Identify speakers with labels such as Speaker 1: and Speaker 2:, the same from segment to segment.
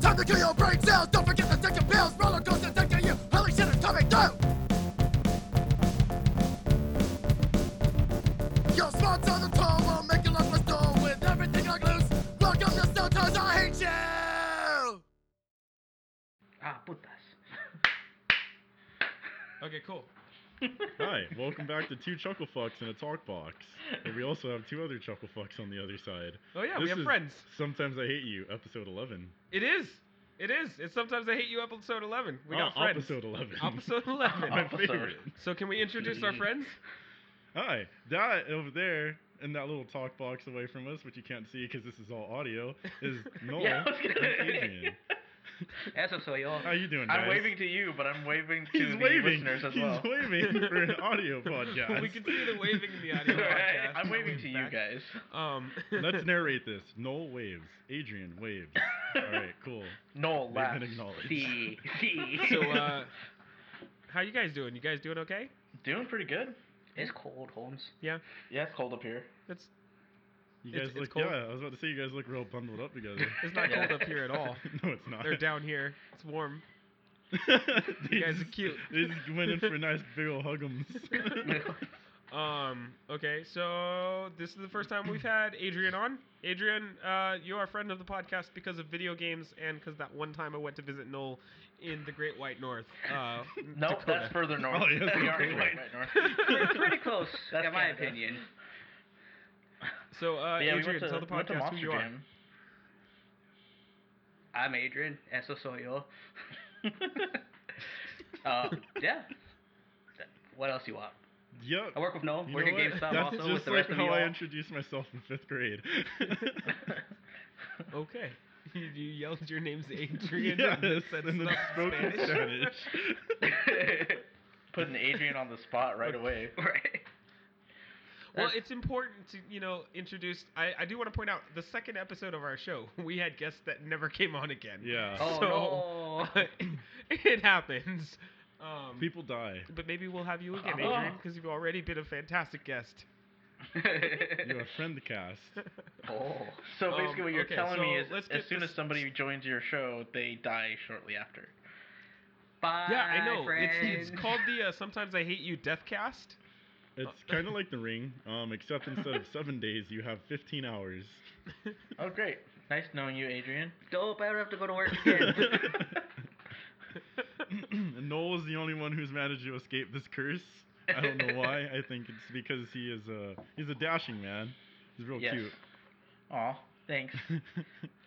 Speaker 1: Sucker to your brain cells. Don't forget to take your pills. Roller coaster taking you. Holy shit, it's coming through. Your spots on the tall will make you look like stone with everything like loose. Welcome to Stones. I hate you.
Speaker 2: Ah, putas.
Speaker 3: Okay, cool.
Speaker 4: Hi, welcome back to Two Chuckle Fucks and a Talk Box. And we also have two other Chuckle Fucks on the other side.
Speaker 3: Oh yeah, we
Speaker 4: This
Speaker 3: have
Speaker 4: is
Speaker 3: friends.
Speaker 4: Sometimes I Hate You, episode 11.
Speaker 3: It is. It is. It's sometimes I hate you episode eleven. We got
Speaker 4: Ah,
Speaker 3: friends.
Speaker 4: Episode 11.
Speaker 3: Episode eleven.
Speaker 4: My
Speaker 2: Episode.
Speaker 4: favorite.
Speaker 3: so can we introduce our friends?
Speaker 4: Hi, that over there in that little talk box away from us, which you can't see because this is all audio, is Noel
Speaker 2: Yeah, I was
Speaker 4: and
Speaker 2: gonna-
Speaker 4: Adrian.
Speaker 2: Eso soy yo.
Speaker 4: How you doing, guys?
Speaker 2: I'm waving to you, but I'm waving to
Speaker 4: He's
Speaker 2: the
Speaker 4: waving.
Speaker 2: listeners as
Speaker 4: He's
Speaker 2: well.
Speaker 4: waving for an audio podcast.
Speaker 3: we can see the waving in the audio.
Speaker 2: Right?
Speaker 3: podcast.
Speaker 2: I'm
Speaker 3: We'll
Speaker 2: waving
Speaker 3: be
Speaker 2: to you
Speaker 3: back.
Speaker 2: guys.
Speaker 3: Um.
Speaker 4: Let's narrate this. Noel waves. Adrian waves. All right, cool.
Speaker 2: No
Speaker 4: They've
Speaker 2: laughs.
Speaker 4: been acknowledged.
Speaker 2: See, see.
Speaker 3: so uh, how you guys doing? You guys doing okay?
Speaker 2: doing pretty good. It's cold, Holmes.
Speaker 3: Yeah.
Speaker 2: Yeah, it's cold up here.
Speaker 3: It's
Speaker 4: You guys
Speaker 3: It's- it's
Speaker 4: look.
Speaker 3: cold.
Speaker 4: Yeah, I was about to say you guys look real bundled up together.
Speaker 3: it's not cold up here at all.
Speaker 4: no, it's not.
Speaker 3: They're down here. It's warm.
Speaker 4: you
Speaker 3: guys are cute.
Speaker 4: They just went in for a nice big ol' hugums.
Speaker 3: Um. Okay. So this is the first time we've had Adrian on. Adrian, uh, you are a friend of the podcast because of video games and because that one time I went to visit Noel in the Great White North. Uh,
Speaker 2: nope,
Speaker 3: Dakota.
Speaker 2: that's further north.
Speaker 4: Oh, yeah, that's
Speaker 2: We are
Speaker 4: Dakota.
Speaker 2: right, right north.
Speaker 5: We're pretty close,
Speaker 2: That's
Speaker 5: in my
Speaker 2: Canada.
Speaker 5: opinion.
Speaker 3: So, uh,
Speaker 2: But yeah, we
Speaker 3: Adrian,
Speaker 2: went to,
Speaker 3: tell the
Speaker 2: we went to
Speaker 3: podcast who
Speaker 2: Monster
Speaker 3: you are.
Speaker 2: Jam.
Speaker 5: I'm Adrian. Eso soy yo. uh, yeah. Th- What else you want?
Speaker 4: yep.
Speaker 5: I work with Noel.
Speaker 4: You
Speaker 5: We're
Speaker 4: know
Speaker 5: here
Speaker 4: what?
Speaker 5: at GameStop
Speaker 4: That's
Speaker 5: also
Speaker 4: just
Speaker 5: with the
Speaker 4: like
Speaker 5: rest of
Speaker 4: how
Speaker 5: you
Speaker 4: I
Speaker 5: all.
Speaker 4: introduced myself in fifth grade.
Speaker 3: Okay. You, you yelled your name's Adrian.
Speaker 4: yes,
Speaker 3: and then said
Speaker 4: and then
Speaker 3: stuff in
Speaker 4: spoke in
Speaker 3: Spanish.
Speaker 4: Spanish.
Speaker 2: Putting Adrian on the spot right away.
Speaker 5: right.
Speaker 3: Well,
Speaker 5: That's-
Speaker 3: it's important to you know introduce. I, I do want to point out the second episode of our show, we had guests that never came on again.
Speaker 4: yeah.
Speaker 5: Oh,
Speaker 3: So-
Speaker 5: no.
Speaker 3: it happens. Um,
Speaker 4: People die.
Speaker 3: But maybe we'll have you again,
Speaker 2: Oh.
Speaker 3: Adrian, because you've already been a fantastic guest.
Speaker 4: You are friend cast.
Speaker 5: oh.
Speaker 2: So
Speaker 3: Um,
Speaker 2: basically, what you're
Speaker 3: okay,
Speaker 2: telling me
Speaker 3: so
Speaker 2: is,
Speaker 3: let's
Speaker 2: as
Speaker 3: get
Speaker 2: soon
Speaker 3: this-
Speaker 2: as somebody joins your show, they die shortly after.
Speaker 5: Bye,
Speaker 3: yeah, I know. It's,
Speaker 5: friend.
Speaker 3: it's called the uh, Sometimes I Hate You Deathcast.
Speaker 4: It's kind of like the ring, um, except instead of seven days, you have 15 hours.
Speaker 2: Oh, great. Nice knowing you, Adrian.
Speaker 5: Dope. I don't have to go to work again.
Speaker 4: And Noel is the only one who's managed to escape this curse. I don't know why. I think it's because he is a he's a dashing man. He's real
Speaker 2: Yes. Aw, thanks.
Speaker 4: cute.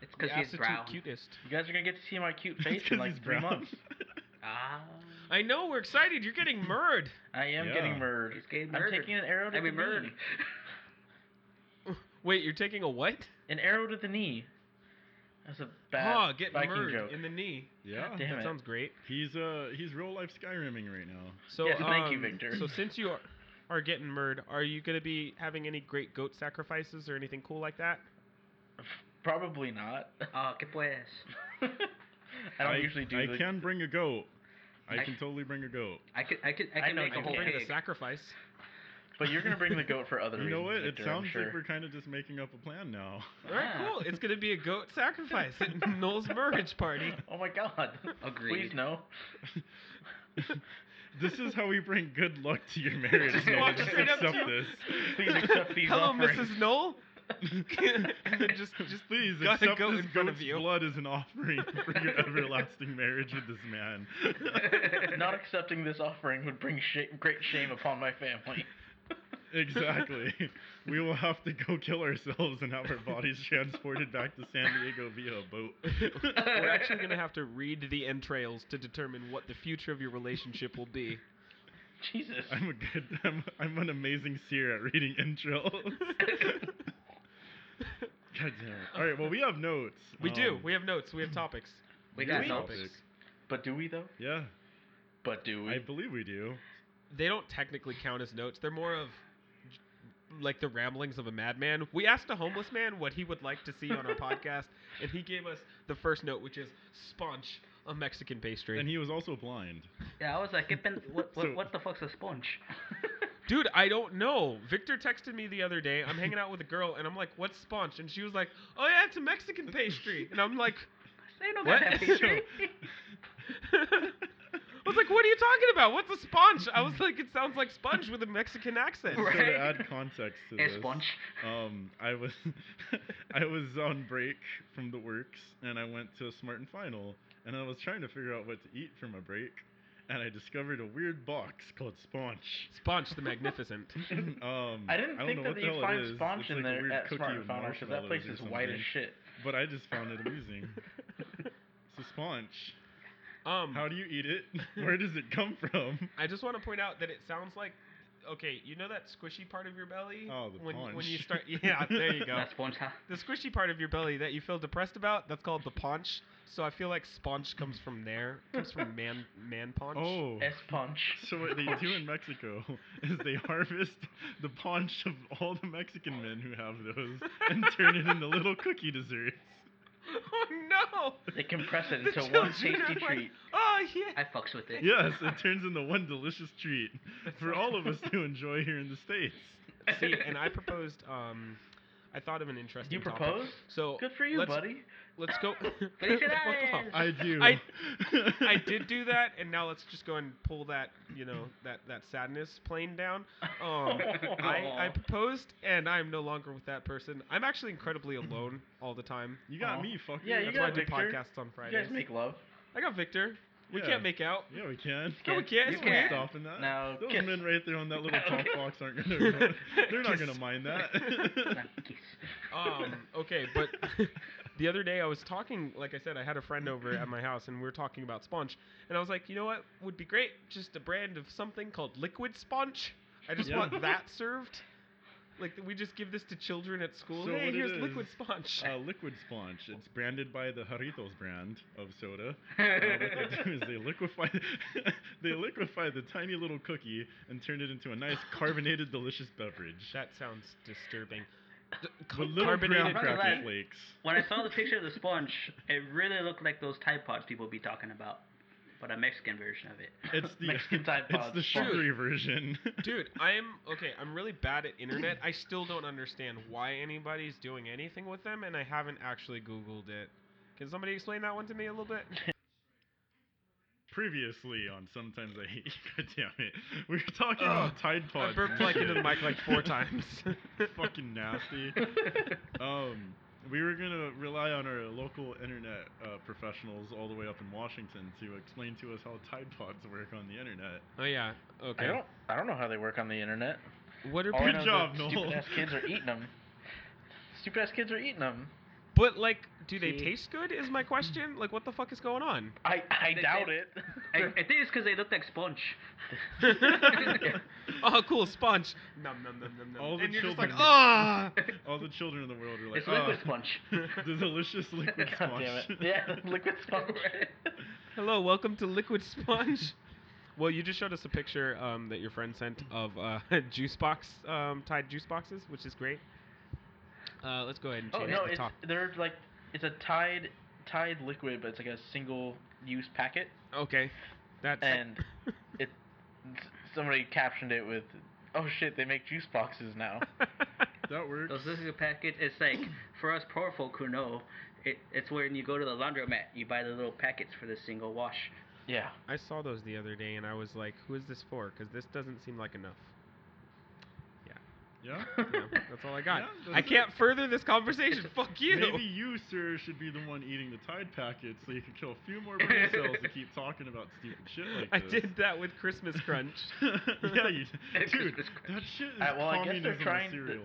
Speaker 5: It's
Speaker 3: The
Speaker 5: because he's
Speaker 3: absolute
Speaker 5: brown.
Speaker 3: cutest.
Speaker 2: You guys are gonna get to see my cute face
Speaker 4: It's 'cause
Speaker 2: in like
Speaker 4: he's
Speaker 2: three
Speaker 4: brown.
Speaker 2: months.
Speaker 5: Ah.
Speaker 3: I know. We're excited. You're getting murdered.
Speaker 2: I am
Speaker 4: Yeah.
Speaker 2: getting murdered.
Speaker 5: He's getting
Speaker 2: I'm
Speaker 5: murdered.
Speaker 2: taking an arrow to
Speaker 5: I
Speaker 2: the
Speaker 5: mean, murdered.
Speaker 2: knee.
Speaker 3: Wait, you're taking a what?
Speaker 2: An arrow to the knee. That's a
Speaker 3: Ah,
Speaker 2: bad
Speaker 3: get
Speaker 2: Viking
Speaker 3: murdered
Speaker 2: joke.
Speaker 3: in the knee.
Speaker 4: Yeah.
Speaker 2: Damn
Speaker 3: that
Speaker 2: it.
Speaker 3: sounds great.
Speaker 4: He's uh he's real life skyrimming right now.
Speaker 3: So
Speaker 2: Yes, thank you,
Speaker 3: um,
Speaker 2: Victor.
Speaker 3: So since you are, are getting murdered, are you going to be having any great goat sacrifices or anything cool like that?
Speaker 2: Probably not.
Speaker 5: Oh, que puedes.
Speaker 2: I don't usually do
Speaker 4: I
Speaker 2: the-
Speaker 4: can bring a goat. I,
Speaker 5: I-
Speaker 4: can totally bring a goat.
Speaker 5: I could, I could, I
Speaker 2: I
Speaker 5: could
Speaker 2: know
Speaker 5: make
Speaker 2: you
Speaker 5: a whole
Speaker 2: can.
Speaker 3: Bring the
Speaker 5: pig.
Speaker 3: sacrifice.
Speaker 2: But you're gonna bring the goat for other
Speaker 4: you
Speaker 2: reasons.
Speaker 4: know what?
Speaker 2: Victor,
Speaker 4: it
Speaker 2: I'm
Speaker 4: sounds
Speaker 2: sure.
Speaker 4: like we're kind of just making up a plan now.
Speaker 3: All right,
Speaker 2: Ah.
Speaker 3: cool. It's going to be a goat sacrifice at Noel's marriage party.
Speaker 2: Oh my god. Please
Speaker 5: Agreed.
Speaker 2: no.
Speaker 4: this is how we bring good luck to your marriage.
Speaker 3: Just
Speaker 4: Noel.
Speaker 3: walk
Speaker 4: Just
Speaker 3: straight up to
Speaker 4: accept
Speaker 3: you.
Speaker 4: this.
Speaker 2: Please accept these
Speaker 3: Hello,
Speaker 2: offerings.
Speaker 3: Mrs. Noel. and then just, just
Speaker 4: Please
Speaker 3: got a
Speaker 4: accept
Speaker 3: goat
Speaker 4: this
Speaker 3: in front
Speaker 4: goat's
Speaker 3: of you.
Speaker 4: blood as an offering for your everlasting marriage with this man.
Speaker 2: Not accepting this offering would bring sh- great shame upon my family.
Speaker 4: exactly. We will have to go kill ourselves and have our bodies transported back to San Diego via a boat.
Speaker 3: We're actually going to have to read the entrails to determine what the future of your relationship will be.
Speaker 2: Jesus.
Speaker 4: I'm a good. I'm, I'm an amazing seer at reading intros. God damn it. All right. Well, we have notes.
Speaker 3: We do.
Speaker 4: Um,
Speaker 3: We have notes. We have topics.
Speaker 5: We
Speaker 4: do
Speaker 5: got
Speaker 4: we?
Speaker 5: notes.
Speaker 2: But do we though?
Speaker 4: Yeah,
Speaker 2: But do we?
Speaker 4: I believe we do.
Speaker 3: They don't technically count as notes. They're more of like the ramblings of a madman. We asked a homeless man what he would like to see on our podcast, and he gave us the first note, which is sponge, a Mexican pastry.
Speaker 4: And he was also blind.
Speaker 5: Yeah, I was like, "Get been- what, what,
Speaker 4: So-
Speaker 5: what the fuck's a sponge?
Speaker 3: Dude, I don't know. Victor texted me the other day. I'm hanging out with a girl, and I'm like, "What's sponge?" And she was like, "Oh yeah, it's a Mexican pastry." And I'm like,
Speaker 5: They don't
Speaker 3: What?
Speaker 5: got that pastry.
Speaker 3: I was like, what are you talking about? What's a sponge? I was like, it sounds like sponge with a Mexican accent.
Speaker 5: Right.
Speaker 4: So to add context to
Speaker 5: Air
Speaker 4: this,
Speaker 5: sponge.
Speaker 4: um, I was I was on break from the works, and I went to a Smart and Final, and I was trying to figure out what to eat for my break, and I discovered a weird box called sponge.
Speaker 3: Sponge the Magnificent.
Speaker 4: um,
Speaker 2: I didn't
Speaker 4: don't
Speaker 2: think
Speaker 4: know
Speaker 2: that
Speaker 4: what the hell
Speaker 2: you'd
Speaker 4: it
Speaker 2: find
Speaker 4: is.
Speaker 2: sponge
Speaker 4: It's
Speaker 2: in
Speaker 4: like a
Speaker 2: there
Speaker 4: weird
Speaker 2: at
Speaker 4: cookie
Speaker 2: Smart
Speaker 4: with
Speaker 2: Founder because that place
Speaker 4: marshmallows or
Speaker 2: is white as
Speaker 4: something.
Speaker 2: shit.
Speaker 4: But I just found it amusing. so sponge,
Speaker 3: Um,
Speaker 4: how do you eat it? Where does it come from?
Speaker 3: I just want to point out that it sounds like, okay, you know that squishy part of your belly?
Speaker 4: Oh, the
Speaker 3: when, When you
Speaker 4: paunch.
Speaker 3: start, yeah, there you go.
Speaker 5: Not sponge, huh?
Speaker 3: the squishy part of your belly that you feel depressed about, that's called the paunch. So I feel like sponge comes from there. Comes from man, man paunch.
Speaker 4: Oh.
Speaker 2: S punch.
Speaker 4: So what they do in Mexico is they harvest the paunch of all the Mexican men who have those and turn it into little cookie desserts.
Speaker 3: Oh, no!
Speaker 2: They compress it
Speaker 3: The
Speaker 2: into one
Speaker 3: children are
Speaker 2: tasty
Speaker 3: like,
Speaker 2: treat.
Speaker 3: Oh yeah.
Speaker 5: I fucks with it.
Speaker 4: Yes, it turns into one delicious treat for all of us to enjoy here in the states.
Speaker 3: See, and I proposed. Um, I thought of an interesting.
Speaker 2: You
Speaker 3: topic.
Speaker 2: propose?
Speaker 3: So
Speaker 2: Good for you,
Speaker 3: let's,
Speaker 2: buddy.
Speaker 3: Let's go.
Speaker 5: Felicidades.
Speaker 3: What the-
Speaker 4: I do.
Speaker 3: I- I did do that, and now let's just go and pull that, you know, that that sadness plane down. Um, I, I
Speaker 2: Aw.
Speaker 3: proposed, and I'm no longer with that person. I'm actually incredibly alone all the time.
Speaker 4: You got
Speaker 2: Aw.
Speaker 4: me, fucker.
Speaker 2: Yeah, you
Speaker 3: That's why I
Speaker 2: got
Speaker 3: do
Speaker 2: Victor.
Speaker 3: podcasts on
Speaker 2: You
Speaker 3: Fridays.
Speaker 2: guys make love.
Speaker 3: I got Victor. We
Speaker 4: Yeah.
Speaker 3: can't make out.
Speaker 4: Yeah, we can.
Speaker 3: No, we
Speaker 2: Kiss.
Speaker 3: can't.
Speaker 2: You
Speaker 3: It's
Speaker 4: We're
Speaker 2: can.
Speaker 3: weird.
Speaker 4: stopping that.
Speaker 2: Now
Speaker 4: Those
Speaker 2: kiss.
Speaker 4: men right there on that little talk box aren't gonna. They're not gonna mind
Speaker 5: Nah,
Speaker 4: that.
Speaker 5: kiss.
Speaker 3: Um, okay, but the other day I was talking, like I said, I had a friend over at my house and we were talking about sponge. And I was like, you know what would be great? Just a brand of something called liquid sponge. I just
Speaker 4: Yeah.
Speaker 3: want that served. Like, that we just give this to children at school.
Speaker 4: So
Speaker 3: hey,
Speaker 4: what it
Speaker 3: here's
Speaker 4: is-
Speaker 3: liquid sponge.
Speaker 4: Uh, liquid sponge. It's branded by the Jarritos brand of soda. Uh, what they do is
Speaker 5: That's
Speaker 4: they liquefy they liquefy the tiny little cookie and turn it into a nice carbonated delicious beverage.
Speaker 3: that sounds disturbing. D-
Speaker 4: With
Speaker 3: ca-
Speaker 4: little
Speaker 3: carbonated
Speaker 4: brown
Speaker 5: brown
Speaker 3: cracker.
Speaker 5: cracker.
Speaker 4: cracker
Speaker 5: Right.
Speaker 4: flakes.
Speaker 5: when I saw the picture of the sponge, it really looked like those Tide Pods people be talking about, but a Mexican version of it.
Speaker 4: It's the
Speaker 2: Mexican Tide
Speaker 4: it's the
Speaker 2: Pods.
Speaker 4: sugary version.
Speaker 3: Dude, I'm okay. I'm really bad at internet. I still don't understand why anybody's doing anything with them, and I haven't actually Googled it. Can somebody explain that one to me a little bit?
Speaker 4: Previously on sometimes I hate. God damn it, we were talking
Speaker 3: Ugh.
Speaker 4: about Tide Pods.
Speaker 3: I burped
Speaker 4: and
Speaker 3: like into the
Speaker 4: shit.
Speaker 3: mic like four times.
Speaker 4: Fucking nasty. Um, we were gonna rely on our local internet uh, professionals all the way up in Washington to explain to us how Tide Pods work on the internet.
Speaker 3: oh yeah.
Speaker 2: I
Speaker 3: Okay.
Speaker 2: don't. I don't know how they work on the internet.
Speaker 3: What are
Speaker 2: All I
Speaker 4: Good
Speaker 2: know is
Speaker 3: people?
Speaker 4: job,
Speaker 2: that
Speaker 4: Noel.
Speaker 2: Stupid ass kids are eating them. Stupid ass kids are eating them.
Speaker 3: But like, do they
Speaker 5: See.
Speaker 3: taste good? Is my question. Like, what the fuck is going on?
Speaker 2: I I
Speaker 5: They-
Speaker 2: doubt
Speaker 5: they-
Speaker 2: it.
Speaker 5: I, I think it's because they looked like sponge.
Speaker 3: oh, cool sponge. Nom nom nom nom nom.
Speaker 4: All the
Speaker 3: and you're just like,
Speaker 4: children-
Speaker 3: ah.
Speaker 4: All the children in the world are like,
Speaker 5: It's liquid
Speaker 4: "Oh,
Speaker 5: sponge.
Speaker 4: the delicious liquid
Speaker 2: God
Speaker 4: sponge.
Speaker 2: damn it. Yeah, liquid sponge.
Speaker 3: Hello, welcome to Liquid Sponge. Well, you just showed us a picture um, that your friend sent of uh, juice box, um, tied juice boxes, which is great. Uh, let's go ahead and
Speaker 2: oh
Speaker 3: change
Speaker 2: no,
Speaker 3: the
Speaker 2: it's
Speaker 3: top.
Speaker 2: they're like it's a Tide Tide liquid, but it's like a single use packet.
Speaker 3: Okay, that's
Speaker 2: And it s- somebody captioned it with, "Oh shit, they make juice boxes now."
Speaker 4: That works.
Speaker 5: So this is a packet. It's like for us poor folk who know, it, it's when you go to the laundromat, you buy the little packets for the single wash.
Speaker 2: Yeah.
Speaker 3: I saw those the other day, and I was like, "Who is this for?" Because this doesn't seem like enough.
Speaker 4: Yeah.
Speaker 3: Yeah, that's all I got.
Speaker 4: Yeah,
Speaker 3: I
Speaker 4: that's it.
Speaker 3: can't further this conversation. Fuck you.
Speaker 4: Maybe you, sir, should be the one eating the Tide packets so you can kill a few more brain cells to keep talking about stupid shit like
Speaker 3: I
Speaker 4: this.
Speaker 3: did that with Christmas Crunch.
Speaker 4: yeah, you
Speaker 5: It's
Speaker 4: dude.
Speaker 5: Christmas
Speaker 4: That shit is
Speaker 2: Uh, well, I guess
Speaker 4: communism
Speaker 2: they're
Speaker 4: in
Speaker 2: trying to-
Speaker 4: cereal.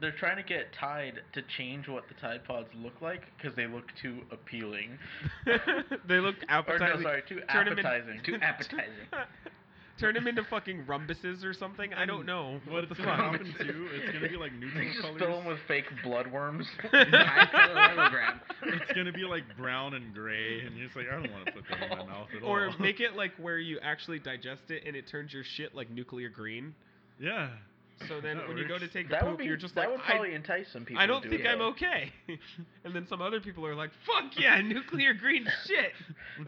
Speaker 2: They're trying to get Tide to change what the Tide Pods look like because they look too appealing.
Speaker 3: they look
Speaker 2: Or
Speaker 3: appetizing.
Speaker 2: no, sorry, too
Speaker 3: Turn 'em in-
Speaker 2: appetizing.
Speaker 5: Too appetizing.
Speaker 3: Turn them into fucking rumbuses or something. I don't know.
Speaker 4: What it's
Speaker 3: the
Speaker 4: gonna
Speaker 3: fuck?
Speaker 4: happen too? It's gonna be like
Speaker 2: They
Speaker 4: neutral
Speaker 2: just
Speaker 4: colors.
Speaker 2: fill them with fake bloodworms.
Speaker 5: Parallelogram.
Speaker 4: it's gonna be like brown and gray, and you're just like, I don't want to put that in my mouth at
Speaker 3: Or
Speaker 4: all.
Speaker 3: make it like where you actually digest it and it turns your shit like nuclear green.
Speaker 4: yeah.
Speaker 3: So then
Speaker 4: That
Speaker 3: when you go to
Speaker 4: works.
Speaker 3: take a
Speaker 2: that
Speaker 3: poop,
Speaker 2: would be.
Speaker 3: you're just
Speaker 2: that
Speaker 3: like,
Speaker 2: would
Speaker 3: I,
Speaker 2: probably entice some people.
Speaker 3: I don't
Speaker 2: to do
Speaker 3: think
Speaker 2: it.
Speaker 3: I'm okay. and then some other people are like, fuck yeah, nuclear green shit.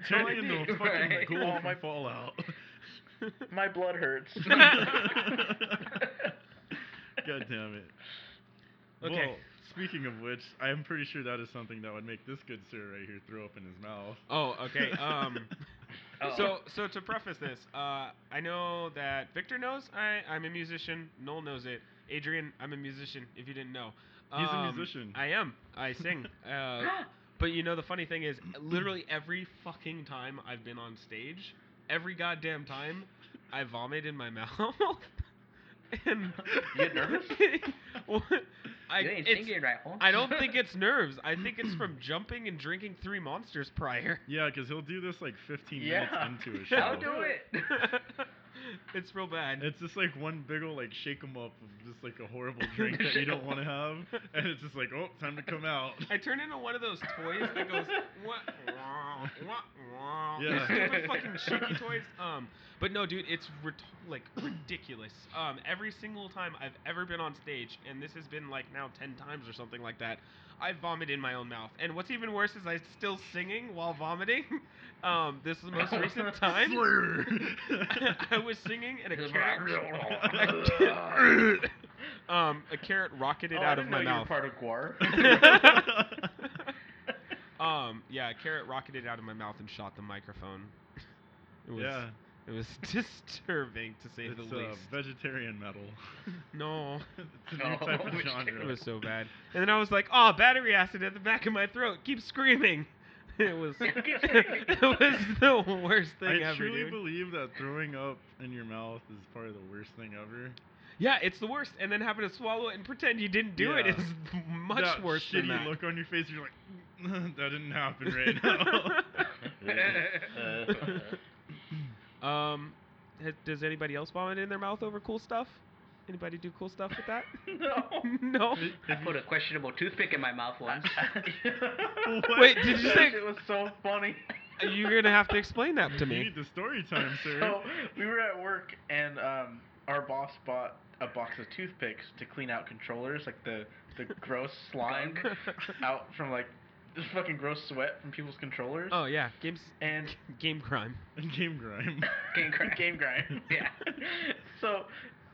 Speaker 4: Turn
Speaker 3: all I
Speaker 4: it into a
Speaker 3: need.
Speaker 4: fucking
Speaker 5: Right.
Speaker 4: ghoul
Speaker 2: Oh,
Speaker 4: from
Speaker 2: my-
Speaker 4: Fallout.
Speaker 2: My blood hurts.
Speaker 4: God damn it.
Speaker 3: Okay.
Speaker 4: Well, Speaking of which, I am pretty sure that is something that would make this good sir right here throw up in his mouth.
Speaker 3: Oh, okay. Um,
Speaker 5: Oh.
Speaker 3: so so to preface this, uh, I know that Victor knows I I'm a musician. Noel knows it. Adrian, I'm a musician. If you didn't know,
Speaker 4: He's a
Speaker 3: Um,
Speaker 4: musician.
Speaker 3: I am. I sing. Uh, but you know the funny thing is, literally every fucking time I've been on stage, every goddamn time, I vomit in my mouth. and
Speaker 2: You get nervous?
Speaker 3: Well, I,
Speaker 5: you ain't
Speaker 3: it's-
Speaker 5: singing right, huh?
Speaker 3: I don't think it's nerves. I think it's from jumping and drinking three monsters prior.
Speaker 4: Yeah, because he'll do this like 15
Speaker 2: Yeah.
Speaker 4: minutes into a show.
Speaker 3: I'll
Speaker 5: I'll do it.
Speaker 3: it's real bad.
Speaker 4: It's just like one big ol' like shake 'em up of just like a horrible drink that you don't want to have, and it's just like, oh, time to come out.
Speaker 3: I turn into one of those toys that goes what
Speaker 4: Yeah.
Speaker 3: stupid fucking shaky toys. Um, but no, dude, it's ret- like ridiculous. Um, every single time I've ever been on stage, and this has been like now ten times or something like that, I vomit in my own mouth. And what's even worse is I'm still singing while vomiting. Um, this is the most recent time.
Speaker 4: Slur.
Speaker 3: I was singing and a
Speaker 5: Just
Speaker 3: carrot. um, a carrot rocketed
Speaker 2: Oh, I
Speaker 3: out of
Speaker 2: didn't
Speaker 3: my
Speaker 2: know you were
Speaker 3: mouth.
Speaker 2: part of Guar.
Speaker 3: um, yeah, a carrot rocketed out of my mouth and shot the microphone. It was,
Speaker 4: yeah,
Speaker 3: it was disturbing to say
Speaker 4: it's
Speaker 3: the
Speaker 4: uh,
Speaker 3: least.
Speaker 4: vegetarian metal.
Speaker 3: no,
Speaker 4: it's a new
Speaker 5: Oh,
Speaker 4: type of
Speaker 5: which
Speaker 4: genre.
Speaker 3: it was so bad. And then I was like, "Oh, battery acid at the back of my throat. Keep screaming." It was, it was the worst thing
Speaker 4: I
Speaker 3: ever,
Speaker 4: truly
Speaker 3: dude.
Speaker 4: believe that throwing up in your mouth is probably the worst thing ever.
Speaker 3: Yeah, it's the worst. And then having to swallow it and pretend you didn't do it
Speaker 4: Yeah.
Speaker 3: is much
Speaker 4: that
Speaker 3: worse than
Speaker 4: shitty
Speaker 3: that.
Speaker 4: look on your face. You're like, that didn't happen right now.
Speaker 2: Uh,
Speaker 3: um, ha- does anybody else vomit in their mouth over cool stuff? Anybody do cool stuff with that?
Speaker 5: no.
Speaker 3: no.
Speaker 5: I put a questionable toothpick in my mouth once.
Speaker 3: Wait, did you
Speaker 2: That
Speaker 3: say-
Speaker 2: shit was so funny.
Speaker 3: You're gonna have to explain that to
Speaker 4: you
Speaker 3: me.
Speaker 4: need the story time, sir.
Speaker 2: So we were at work and um, our boss bought a box of toothpicks to clean out controllers, like the the gross slime out from like this fucking gross sweat from people's controllers.
Speaker 3: oh yeah, games,
Speaker 2: And
Speaker 3: game crime.
Speaker 4: Game grime.
Speaker 5: Game grind.
Speaker 2: Game grind.
Speaker 5: Yeah.
Speaker 2: so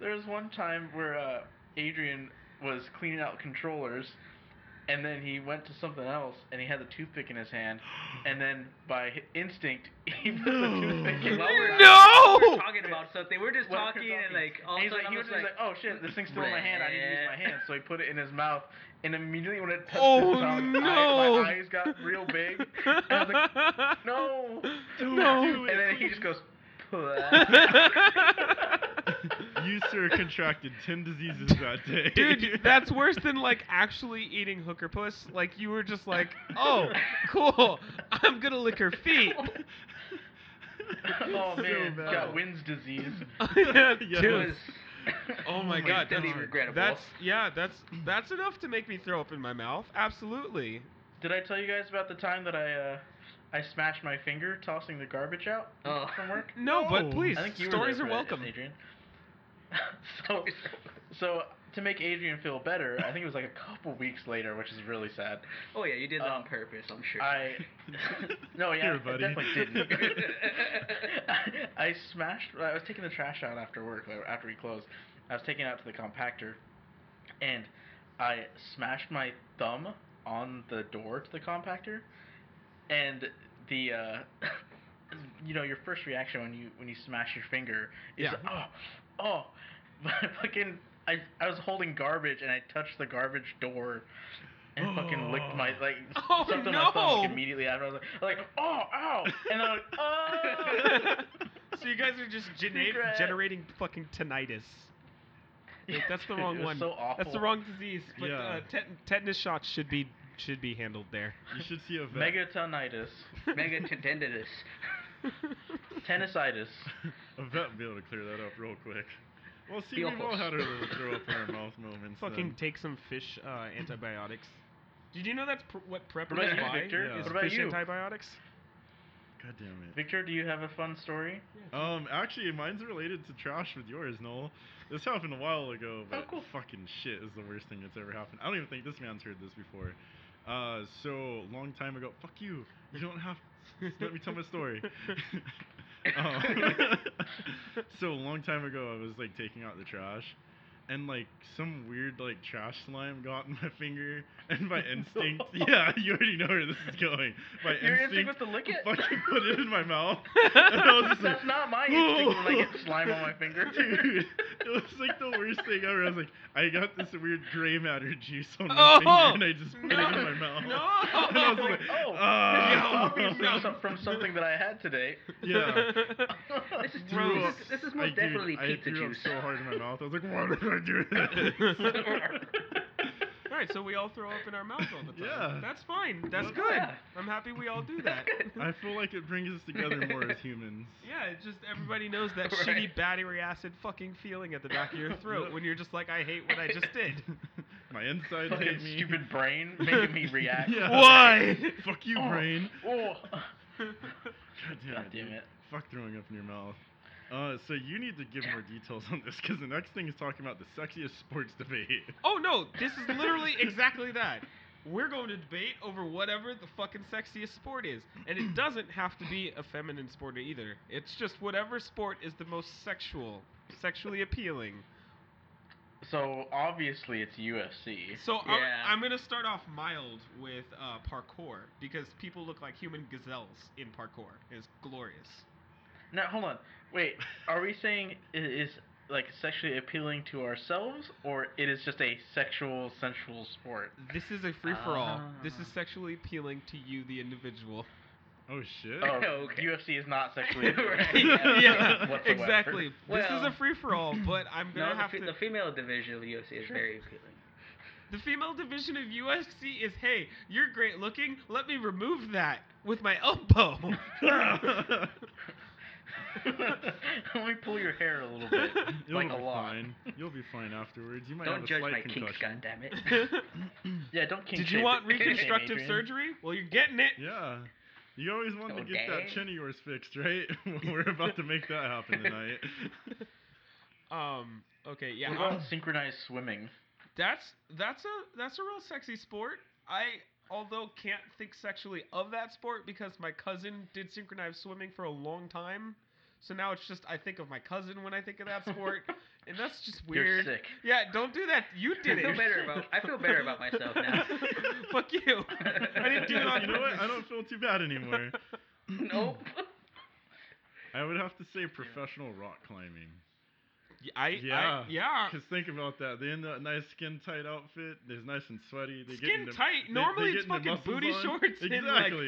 Speaker 2: there was one time where uh, Adrian was cleaning out controllers, and then he went to something else, and he had the toothpick in his hand, and then by h- instinct he put the
Speaker 4: No.
Speaker 2: toothpick in.
Speaker 5: While we're-
Speaker 3: No!
Speaker 5: we We're talking about something. We're just
Speaker 2: while we
Speaker 5: talking
Speaker 2: were
Speaker 5: and like all
Speaker 2: And
Speaker 5: of
Speaker 2: he's
Speaker 5: a
Speaker 2: like,
Speaker 5: sudden
Speaker 2: he
Speaker 5: I'm
Speaker 2: was
Speaker 5: just
Speaker 2: just like, oh shit, this thing's still in my hand. I need to use my hand. So he put it in his mouth, and immediately when it touched
Speaker 3: Oh,
Speaker 2: his mouth,
Speaker 3: no.
Speaker 2: I, my eyes got real big. And I was like, no.
Speaker 3: No.
Speaker 2: And then he just goes.
Speaker 4: you, sir, contracted 10 diseases that day.
Speaker 3: Dude, that's worse than like actually eating hooker puss. Like you were just like, oh, cool. I'm gonna lick her feet.
Speaker 2: oh
Speaker 4: So
Speaker 2: man,
Speaker 4: bad.
Speaker 2: got Wynn's disease.
Speaker 4: Yeah.
Speaker 3: Dude,
Speaker 5: was
Speaker 3: Oh my
Speaker 4: my
Speaker 3: god,
Speaker 5: really
Speaker 3: that's-
Speaker 5: regrettable.
Speaker 3: That's yeah, that's that's enough to make me throw up in my mouth. Absolutely.
Speaker 2: Did I tell you guys about the time that I uh, I smashed my finger tossing the garbage out
Speaker 5: Oh.
Speaker 2: from work?
Speaker 3: No, but
Speaker 4: No.
Speaker 3: please,
Speaker 2: I think you
Speaker 3: stories
Speaker 2: were there for
Speaker 3: are
Speaker 2: that,
Speaker 3: welcome.
Speaker 2: Adrian. so, so to make Adrian feel better, I think it was like a couple weeks later, which is really sad.
Speaker 5: oh yeah, you did that
Speaker 2: Um,
Speaker 5: on purpose. I'm sure.
Speaker 2: I no, yeah,
Speaker 4: Here,
Speaker 2: I
Speaker 4: buddy.
Speaker 2: definitely didn't. I, I smashed. I was taking the trash out after work, like, after we closed. I was taking it out to the compactor, and I smashed my thumb on the door to the compactor, and the. Uh, You know your first reaction when you when you smash your finger is
Speaker 3: Yeah.
Speaker 2: oh oh, but I fucking I, I was holding garbage and I touched the garbage door and fucking licked my like
Speaker 3: Oh,
Speaker 2: stepped on my thumb
Speaker 3: no.
Speaker 2: like, immediately after. I was like, I was like, oh, ow, and I was like, oh.
Speaker 3: so you guys are just gena-
Speaker 2: Regret.
Speaker 3: generating fucking tinnitus. Like, that's the wrong
Speaker 2: It was
Speaker 3: one.
Speaker 2: So awful.
Speaker 3: That's the wrong disease. But
Speaker 4: Yeah.
Speaker 3: uh, tet- tetanus shots should be should be handled there.
Speaker 4: You should see a vet.
Speaker 2: Megatonitis,
Speaker 5: Mega tendinitis.
Speaker 2: tennisitis.
Speaker 4: a vet will be able to clear that up real quick. Well, see,
Speaker 5: Feel
Speaker 4: we've all
Speaker 5: us.
Speaker 4: had our little throw up in our mouth moments.
Speaker 3: Fucking
Speaker 2: um,
Speaker 4: then.
Speaker 3: take some fish uh, antibiotics. Did you know that's pr- what prep
Speaker 2: What about
Speaker 3: is
Speaker 2: you,
Speaker 3: by?
Speaker 2: Victor?
Speaker 4: Yeah.
Speaker 3: Is
Speaker 2: What about
Speaker 3: fish
Speaker 2: you?
Speaker 3: antibiotics?
Speaker 4: God damn it.
Speaker 2: Victor, do you have a fun story?
Speaker 4: Um, actually, mine's related to trash with yours, Noel. This happened a while ago, but
Speaker 2: Oh, cool.
Speaker 4: fucking shit is the worst thing that's ever happened. I don't even think this man's heard this before. Uh, so long time ago. Fuck you. You don't have. just let me tell my story. um, so long time ago, I was like taking out the trash, and like some weird like trash slime got in my finger, and by instinct, yeah, you already know where this is going. By
Speaker 2: Your instinct
Speaker 4: instinct,
Speaker 2: was to lick it?
Speaker 4: fucking put it in my mouth. And I was just like,
Speaker 2: That's not my instinct when I get
Speaker 4: "Whoa."
Speaker 2: slime on my finger.
Speaker 4: Dude, it was like the worst thing ever. I was like, I got this weird gray matter juice on my
Speaker 3: Oh,
Speaker 4: finger, and I just put
Speaker 3: no,
Speaker 4: it in my mouth.
Speaker 3: no.
Speaker 4: And I was like,
Speaker 2: Oh,
Speaker 4: "Ah."
Speaker 2: this is obviously some- from something that I had today.
Speaker 4: yeah.
Speaker 5: This is,
Speaker 4: Bro,
Speaker 5: this is, this is
Speaker 4: I,
Speaker 5: most
Speaker 4: dude,
Speaker 5: definitely
Speaker 4: I
Speaker 5: pizza
Speaker 4: threw up
Speaker 5: juice.
Speaker 4: so hard in my mouth. I was like, why did I do that?
Speaker 3: All right, so we all throw up in our mouth all the time.
Speaker 4: Yeah.
Speaker 3: That's fine. That's
Speaker 4: Well,
Speaker 3: good.
Speaker 5: yeah.
Speaker 3: I'm happy we all do that.
Speaker 4: I feel like it brings us together more as humans.
Speaker 3: yeah, it's just everybody knows that
Speaker 5: Right.
Speaker 3: shitty battery acid fucking feeling at the back of your throat when you're just like, I hate what I just did.
Speaker 4: My insides
Speaker 2: Fucking
Speaker 4: hate me.
Speaker 2: stupid brain making me react.
Speaker 4: Yeah.
Speaker 3: Why?
Speaker 4: Fuck you,
Speaker 2: Oh,
Speaker 4: brain.
Speaker 2: Oh.
Speaker 4: God damn,
Speaker 2: God
Speaker 4: it,
Speaker 2: damn
Speaker 4: dude.
Speaker 2: it.
Speaker 4: Fuck throwing up in your mouth. Uh, so you need to give more details on this because the next thing is talking about the sexiest sports debate.
Speaker 3: oh no, this is literally exactly that. We're going to debate over whatever the fucking sexiest sport is. And it doesn't have to be a feminine sport either. It's just whatever sport is the most sexual, sexually appealing.
Speaker 2: So obviously it's UFC.
Speaker 3: So
Speaker 5: Yeah.
Speaker 3: I'm, I'm gonna start off mild with uh, parkour because people look like human gazelles in parkour. It's glorious.
Speaker 2: Now hold on. Wait, are we saying it is like sexually appealing to ourselves, or it is just a sexual sensual sport?
Speaker 3: This is a free for all. This is
Speaker 5: Ah.
Speaker 3: sexually appealing to you, the individual.
Speaker 4: Oh shit.
Speaker 2: Oh,
Speaker 5: Okay.
Speaker 2: UFC is not sexually appealing.
Speaker 5: Right.
Speaker 4: Yeah,
Speaker 2: Whatsoever.
Speaker 3: exactly. this is
Speaker 5: Well-
Speaker 3: a free for all, but I'm
Speaker 5: No,
Speaker 3: gonna
Speaker 5: the,
Speaker 3: have
Speaker 5: fe-
Speaker 3: to.
Speaker 5: the female division of UFC is very appealing.
Speaker 4: Oh,
Speaker 3: The female division of UFC is hey, you're great looking. Let me remove that with my elbow.
Speaker 2: Let me pull your hair a little bit,
Speaker 4: You'll
Speaker 2: like
Speaker 4: be
Speaker 2: a lot.
Speaker 4: fine. You'll be fine afterwards. You might have
Speaker 5: Don't
Speaker 4: a
Speaker 5: judge
Speaker 4: slight
Speaker 5: my kinks,
Speaker 4: concussion.
Speaker 5: goddammit.
Speaker 2: Yeah, don't kink
Speaker 3: Did you
Speaker 2: shame-
Speaker 3: want
Speaker 2: kink shame
Speaker 3: reconstructive
Speaker 2: Adrian.
Speaker 3: surgery? Well, you're getting it.
Speaker 4: yeah. You always wanted to
Speaker 5: Oh,
Speaker 4: get that
Speaker 5: dang.
Speaker 4: chin of yours fixed, right? We're about to make that happen tonight.
Speaker 3: Um. Okay. Yeah.
Speaker 2: What
Speaker 3: I'm-
Speaker 2: about synchronized swimming?
Speaker 3: That's that's a that's a real sexy sport. I although can't think sexually of that sport because my cousin did synchronized swimming for a long time. So now it's just I think of my cousin when I think of that sport, and that's just weird.
Speaker 2: You're sick.
Speaker 3: Yeah, don't do that. You did
Speaker 5: I
Speaker 3: it.
Speaker 5: feel better about I feel better about myself now.
Speaker 3: Fuck you. I didn't do it on
Speaker 4: you know what? I
Speaker 3: purpose.
Speaker 4: don't feel too bad anymore.
Speaker 5: nope.
Speaker 4: I would have to say professional rock climbing.
Speaker 3: Y- I, yeah.
Speaker 4: Yeah.
Speaker 3: I, yeah.
Speaker 4: Because think about that. They end up nice skin tight outfit. They're nice and sweaty. They
Speaker 3: Skin
Speaker 4: get into,
Speaker 3: tight.
Speaker 4: they-
Speaker 3: Normally
Speaker 4: they
Speaker 3: it's
Speaker 4: get into
Speaker 3: fucking
Speaker 4: muscles
Speaker 3: booty
Speaker 4: on.
Speaker 3: shorts
Speaker 4: Exactly.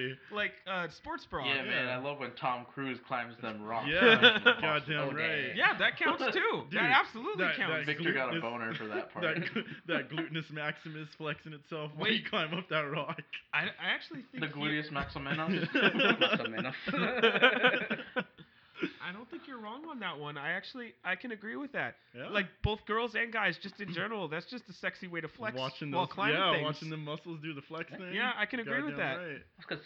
Speaker 3: and like like uh, sports bra.
Speaker 2: Yeah, man, I
Speaker 4: yeah.
Speaker 2: love when Tom Cruise climbs them rocks.
Speaker 4: Yeah,
Speaker 2: That's
Speaker 4: goddamn
Speaker 2: awesome. Oh,
Speaker 4: right.
Speaker 3: Yeah, that counts too.
Speaker 4: Dude,
Speaker 3: that absolutely
Speaker 4: that-
Speaker 3: counts.
Speaker 4: that-
Speaker 2: Victor got a
Speaker 4: This-
Speaker 2: boner for that part.
Speaker 4: that, glu- that glutinous maximus flexing itself while you
Speaker 3: Wait.
Speaker 4: climb up that rock.
Speaker 3: I, I actually think
Speaker 2: the
Speaker 3: you-
Speaker 2: gluteus maximinus.
Speaker 3: I don't think you're wrong on that one. I actually I can agree with that.
Speaker 4: Yeah.
Speaker 3: Like both girls and guys, just in general, that's just a sexy way to flex
Speaker 4: watching
Speaker 3: while
Speaker 4: those,
Speaker 3: climbing
Speaker 4: yeah,
Speaker 3: things.
Speaker 4: watching the muscles do the flex thing.
Speaker 3: Yeah, I can agree with
Speaker 4: Goddamn
Speaker 3: that.
Speaker 4: right.
Speaker 5: Because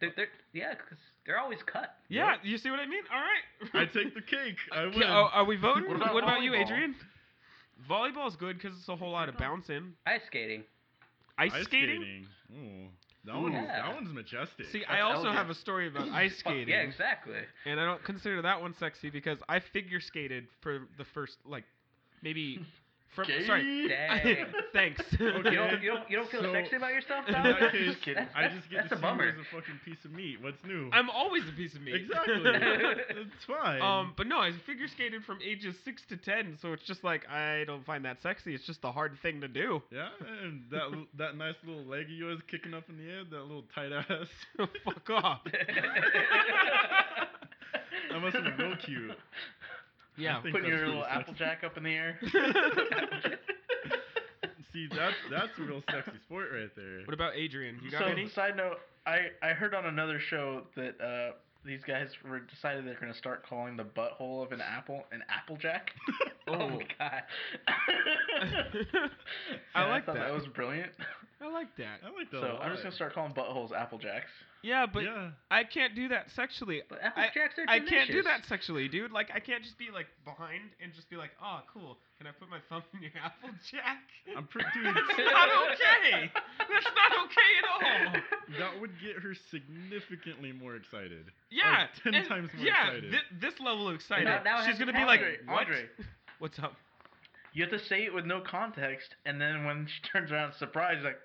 Speaker 5: they're, they're yeah, 'cause they're always cut.
Speaker 3: yeah, you see what I mean? All right.
Speaker 4: I take the cake. I win.
Speaker 3: Yeah, oh, are we voting?
Speaker 2: What about
Speaker 3: you,
Speaker 2: volleyball?
Speaker 3: Adrian? Volleyball's good because it's a whole lot of bouncing.
Speaker 5: Ice skating.
Speaker 3: Ice, skating?
Speaker 4: Ooh, that one's
Speaker 5: yeah.
Speaker 4: that one's majestic.
Speaker 3: See, I
Speaker 2: That's
Speaker 3: also
Speaker 2: elegant.
Speaker 3: have a story about ice
Speaker 5: Fuck,
Speaker 3: skating.
Speaker 5: Yeah, exactly.
Speaker 3: And I don't consider that one sexy because I figure skated for the first like maybe from sorry.
Speaker 5: Dang.
Speaker 3: Thanks.
Speaker 5: You
Speaker 4: Okay.
Speaker 5: don't, you don't, you don't feel
Speaker 4: So-
Speaker 5: sexy about yourself,
Speaker 4: In
Speaker 5: Tom?
Speaker 4: that
Speaker 5: That's-
Speaker 4: case,
Speaker 5: that's-
Speaker 4: I
Speaker 5: that's-
Speaker 4: just get
Speaker 5: that's
Speaker 4: to
Speaker 5: a
Speaker 4: see you
Speaker 5: bummer.
Speaker 4: as a fucking piece of meat. What's new?
Speaker 3: I'm always a piece of meat.
Speaker 4: Exactly. it's fine.
Speaker 3: um, but no, I figure skated from ages six to ten, so it's just like I don't find that sexy. It's just a hard thing to do.
Speaker 4: yeah, and that l- that nice little leg of yours kicking up in the air, that little tight ass.
Speaker 3: Fuck off.
Speaker 4: That must have been real cute.
Speaker 3: yeah.
Speaker 4: think
Speaker 2: Putting
Speaker 4: that's
Speaker 2: your
Speaker 4: pretty
Speaker 2: little
Speaker 4: sexy.
Speaker 2: applejack up in the air.
Speaker 4: See, that's that's a real sexy sport right there.
Speaker 3: What about Adrian? You got
Speaker 2: so,
Speaker 3: any?
Speaker 2: side note, I, I heard on another show that uh, these guys were decided they're going to start calling the butthole of an apple an applejack.
Speaker 5: oh my god.
Speaker 3: I
Speaker 2: And
Speaker 3: like
Speaker 2: thought
Speaker 3: that.
Speaker 2: That was brilliant.
Speaker 3: I like that.
Speaker 4: I like that.
Speaker 2: So
Speaker 4: a
Speaker 2: I'm just
Speaker 4: lot.
Speaker 2: gonna start calling buttholes applejacks.
Speaker 3: Yeah, but
Speaker 4: yeah,
Speaker 3: I can't do that sexually.
Speaker 5: But Applejacks are
Speaker 3: I can't do
Speaker 5: delicious.
Speaker 3: that sexually, dude. Like I can't just be like behind and just be like, oh, cool. Can I put my thumb in your applejack?
Speaker 4: I'm pretty. Dude,
Speaker 3: That's not okay. That's not okay at all.
Speaker 4: that would get her significantly more excited.
Speaker 3: Yeah,
Speaker 4: Like, 10
Speaker 3: and-
Speaker 4: times more
Speaker 3: yeah,
Speaker 4: excited.
Speaker 3: thi- this level of excited.
Speaker 5: now I
Speaker 3: She's
Speaker 5: have to
Speaker 3: gonna be
Speaker 5: tell
Speaker 3: like,
Speaker 2: Andre,
Speaker 3: "What?
Speaker 2: Andre,
Speaker 3: What's up?"
Speaker 2: You have to say it with no context, and then when she turns around, surprised, like,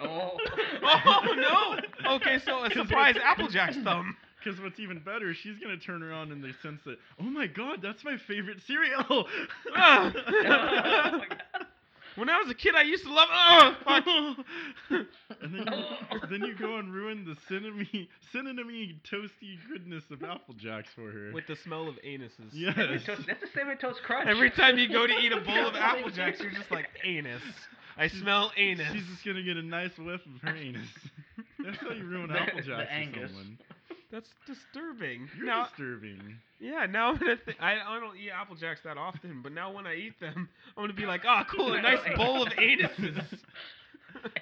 Speaker 5: Oh.
Speaker 3: Oh no! Okay, so a surprise Applejack's thumb.
Speaker 4: Because what's even better, she's gonna turn around in the sense that, oh my god, that's my favorite cereal.
Speaker 3: Ah.
Speaker 5: Oh, my God.
Speaker 3: When I was a kid, I used to love. Oh, fuck.
Speaker 4: and then you, then you go and ruin the cinnamon, cinnamon toasty goodness of Apple Jacks for her.
Speaker 3: With the smell of anuses.
Speaker 4: yes.
Speaker 5: Cinnamon Toast- That's a cinnamon toast crunch.
Speaker 3: Every time you go to eat a bowl of Applejacks, you're just like anus. I smell anus.
Speaker 4: She's just gonna get a nice whiff of her anus. That's how you ruin
Speaker 2: The-
Speaker 4: Apple
Speaker 2: the
Speaker 4: Jacks for
Speaker 2: Angus.
Speaker 4: someone.
Speaker 3: That's disturbing.
Speaker 4: You're
Speaker 3: Now,
Speaker 4: disturbing.
Speaker 3: yeah, now I'm gonna. Th- I, I don't eat Apple Jacks that often, but now when I eat them, I'm gonna be like, oh, cool, a nice bowl of anuses.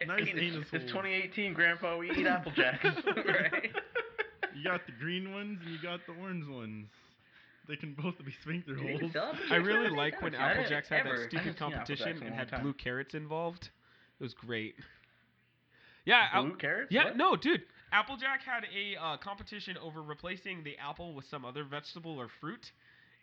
Speaker 4: Nice anus
Speaker 2: it's
Speaker 4: hole.
Speaker 2: 2018, Grandpa. We eat Apple Jacks.
Speaker 5: Right.
Speaker 4: You got the green ones and you got the orange ones. They can both be sphincter
Speaker 5: You can
Speaker 4: holes.
Speaker 5: sell them?
Speaker 3: I really like when
Speaker 5: I didn't
Speaker 3: Apple Jacks had that
Speaker 5: ever- I
Speaker 3: stupid
Speaker 2: haven't seen Apple
Speaker 3: competition
Speaker 2: Jacks in a
Speaker 3: and
Speaker 2: long
Speaker 3: had
Speaker 2: time.
Speaker 3: blue carrots involved. It was great. Yeah, Al-
Speaker 2: Blue carrots?
Speaker 3: yeah,
Speaker 2: What?
Speaker 3: no, dude. Applejack had a uh, competition over replacing the apple with some other vegetable or fruit,